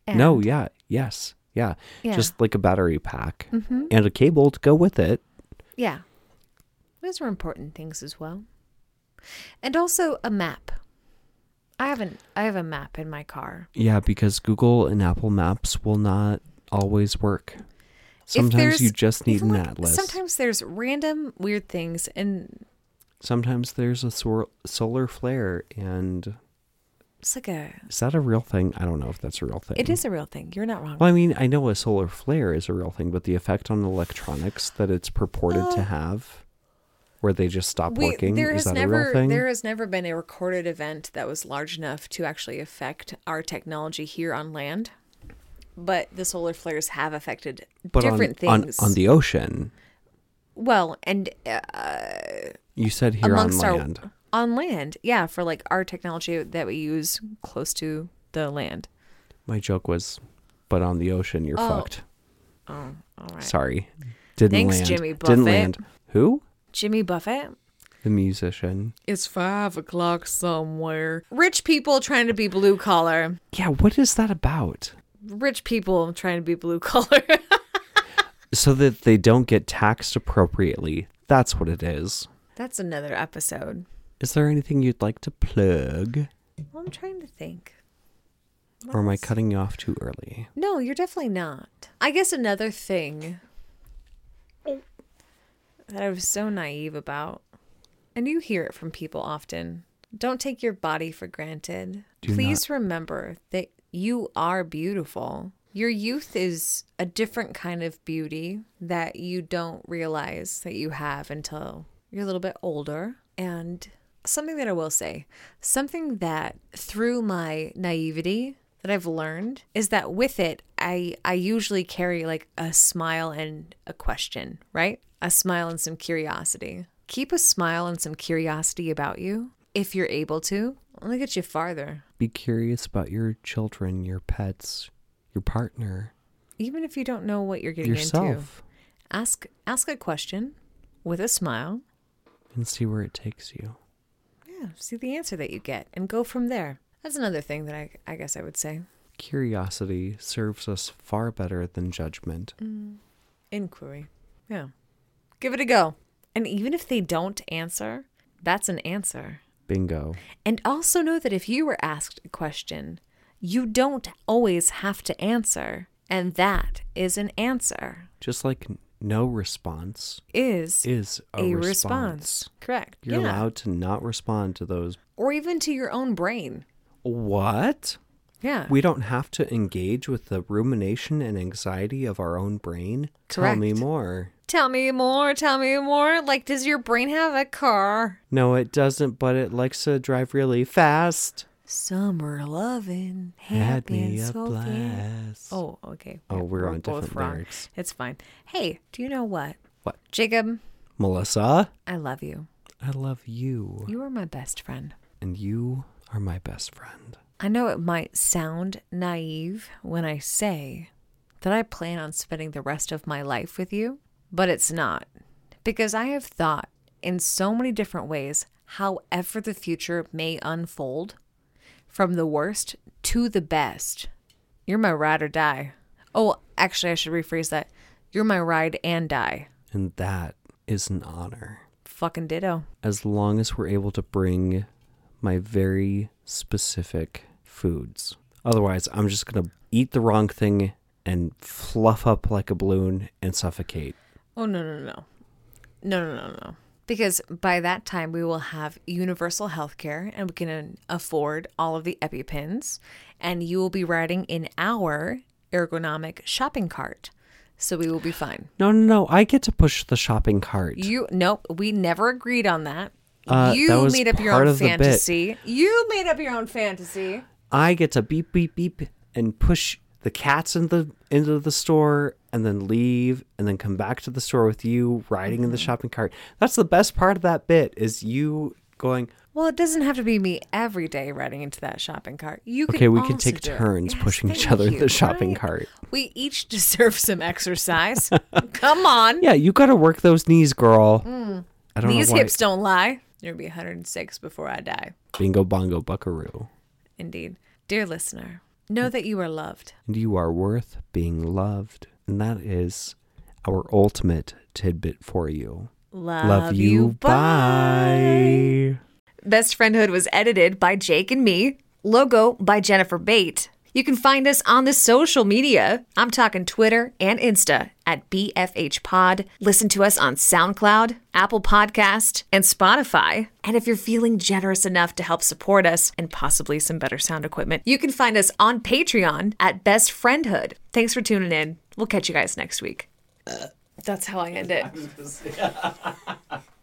S3: And
S1: no, yeah, yes, yeah.
S3: Yeah. Mm-hmm.
S1: Just like a battery pack and a cable to go with it.
S3: Yeah. Those are important things as well. And also a map. I have an I have a map in my car.
S1: Yeah, because Google and Apple Maps will not always work.
S3: If
S1: Sometimes
S3: there's-
S1: you just need
S3: even,
S1: an
S3: like,
S1: atlas.
S3: Sometimes there's random weird things and
S1: Sometimes there's a sor- solar flare, and
S3: it's like a
S1: is that a real thing? I don't know if that's a real thing.
S3: it is a real thing. You're not wrong.
S1: Well, I mean, I know a solar flare is a real thing, but the effect on electronics that it's purported to have, where they just stop working,
S3: Oh. there
S1: is
S3: has
S1: that
S3: never
S1: a real thing?
S3: there has never been a recorded event that was large enough to actually affect our technology here on land. But the solar flares have affected
S1: but on-
S3: different
S1: on,
S3: things.
S1: On, the ocean,
S3: well, and uh,
S1: you said here on
S3: amongst our
S1: land.
S3: on land, yeah, for like our technology that we use close to the land.
S1: My joke was, but on the ocean, you're
S3: Oh,
S1: fucked.
S3: Oh, all right.
S1: Sorry, didn't
S3: Thanks,
S1: land.
S3: Jimmy
S1: Didn't
S3: Buffett.
S1: land. Who?
S3: Jimmy Buffett.
S1: The musician.
S3: It's five o'clock somewhere. Rich people trying to be blue collar.
S1: Yeah, what is that about?
S3: Rich people trying to be blue collar. (laughs)
S1: So that they don't get taxed appropriately. That's what it is.
S3: That's another episode.
S1: Is there anything you'd like to plug?
S3: Well, I'm trying to think.
S1: Or am I cutting you off too early?
S3: No, you're definitely not. I guess another thing that I was so naive about, and you hear it from people often don't take your body for granted.
S1: Do
S3: Please remember that you are beautiful. Your youth is a different kind of beauty that you don't realize that you have until you're a little bit older. And something that I will say, something that through my naivety that I've learned is that with it, I I usually carry like a smile and a question, right? A smile and some curiosity. Keep a smile and some curiosity about you if you're able to. Only get you farther.
S1: Be curious about your children, your pets, your partner,
S3: Even if you don't know what you're getting into.
S1: yourself,
S3: Ask ask a question with a smile.
S1: and see where it takes you.
S3: Yeah, see the answer that you get and go from there. That's another thing that I I guess I would say.
S1: Curiosity serves us far better than judgment.
S3: inquiry. Yeah. Give it a go. And even if they don't answer, that's an answer.
S1: Bingo.
S3: And also know that if you were asked a question, you don't always have to answer. And that is an answer,
S1: Just like n- no response
S3: is,
S1: is a,
S3: a response.
S1: response.
S3: Correct.
S1: You're
S3: yeah.
S1: allowed to not respond to those.
S3: Or even to your own brain.
S1: What?
S3: Yeah.
S1: We don't have to engage with the rumination and anxiety of our own brain. Tell me
S3: Correct.
S1: more.
S3: tell me more. Tell me more. Like, does your brain have a car?
S1: No, it doesn't, but it likes to drive really fast.
S3: Summer loving.
S1: Had
S3: happy and
S1: me a
S3: so fair.
S1: blast.
S3: Oh, okay.
S1: Oh,
S3: Yeah,
S1: we're on
S3: both
S1: different
S3: wrong.
S1: lyrics.
S3: It's fine. Hey, do you know what?
S1: What?
S3: Jacob,
S1: Melissa,
S3: I love you.
S1: I love you.
S3: You are my best friend.
S1: And you are my best friend.
S3: I know it might sound naive when I say that I plan on spending the rest of my life with you, but it's not. Because I have thought in so many different ways, however the future may unfold, from the worst to the best. You're my ride or die. Oh, actually, I should rephrase that. You're my ride and die.
S1: And that is an honor.
S3: Fucking ditto.
S1: As long as we're able to bring my very specific foods. Otherwise, I'm just going to eat the wrong thing and fluff up like a balloon and suffocate.
S3: Oh no no no no no no no no! Because by that time we will have universal health care and we can afford all of the EpiPens, and you will be riding in our ergonomic shopping cart, so we will be fine.
S1: No, no, no. I get to push the shopping cart.
S3: You no, we never agreed on that.
S1: Uh,
S3: you
S1: that was
S3: made up your
S1: part
S3: own
S1: of the bit.
S3: fantasy. You made up your own fantasy.
S1: I get to beep beep beep and push the cats in the into the store and then leave and then come back to the store with you riding in the shopping cart. That's the best part of that bit is you going,
S3: Well, it doesn't have to be me every day riding into that shopping cart. You can
S1: "Okay, we can
S3: also
S1: take
S3: do it.
S1: turns
S3: Yes,
S1: pushing each
S3: thank
S1: other in
S3: you,
S1: the shopping
S3: right?
S1: cart."
S3: We each (laughs) deserve
S1: (laughs)
S3: some exercise. Come on.
S1: Yeah, you got to work those knees, girl. I don't
S3: These
S1: know why.
S3: hips don't lie. There'll be 106 before I die.
S1: Bingo bongo buckaroo.
S3: Indeed. Dear listener,
S1: Mm.
S3: know that you are loved.
S1: And you are worth being loved. And that is our ultimate tidbit for you.
S3: Love,
S1: Love, you. bye.
S3: Best Friendhood was edited by Jake and me. Logo by Jennifer Bate. You can find us on the social media. I'm talking Twitter and Insta at BFH Pod. Listen to us on SoundCloud, Apple Podcast, and Spotify. And if you're feeling generous enough to help support us and possibly some better sound equipment, you can find us on Patreon at Best Friendhood. Thanks for tuning in. We'll catch you guys next week. That's how I end it.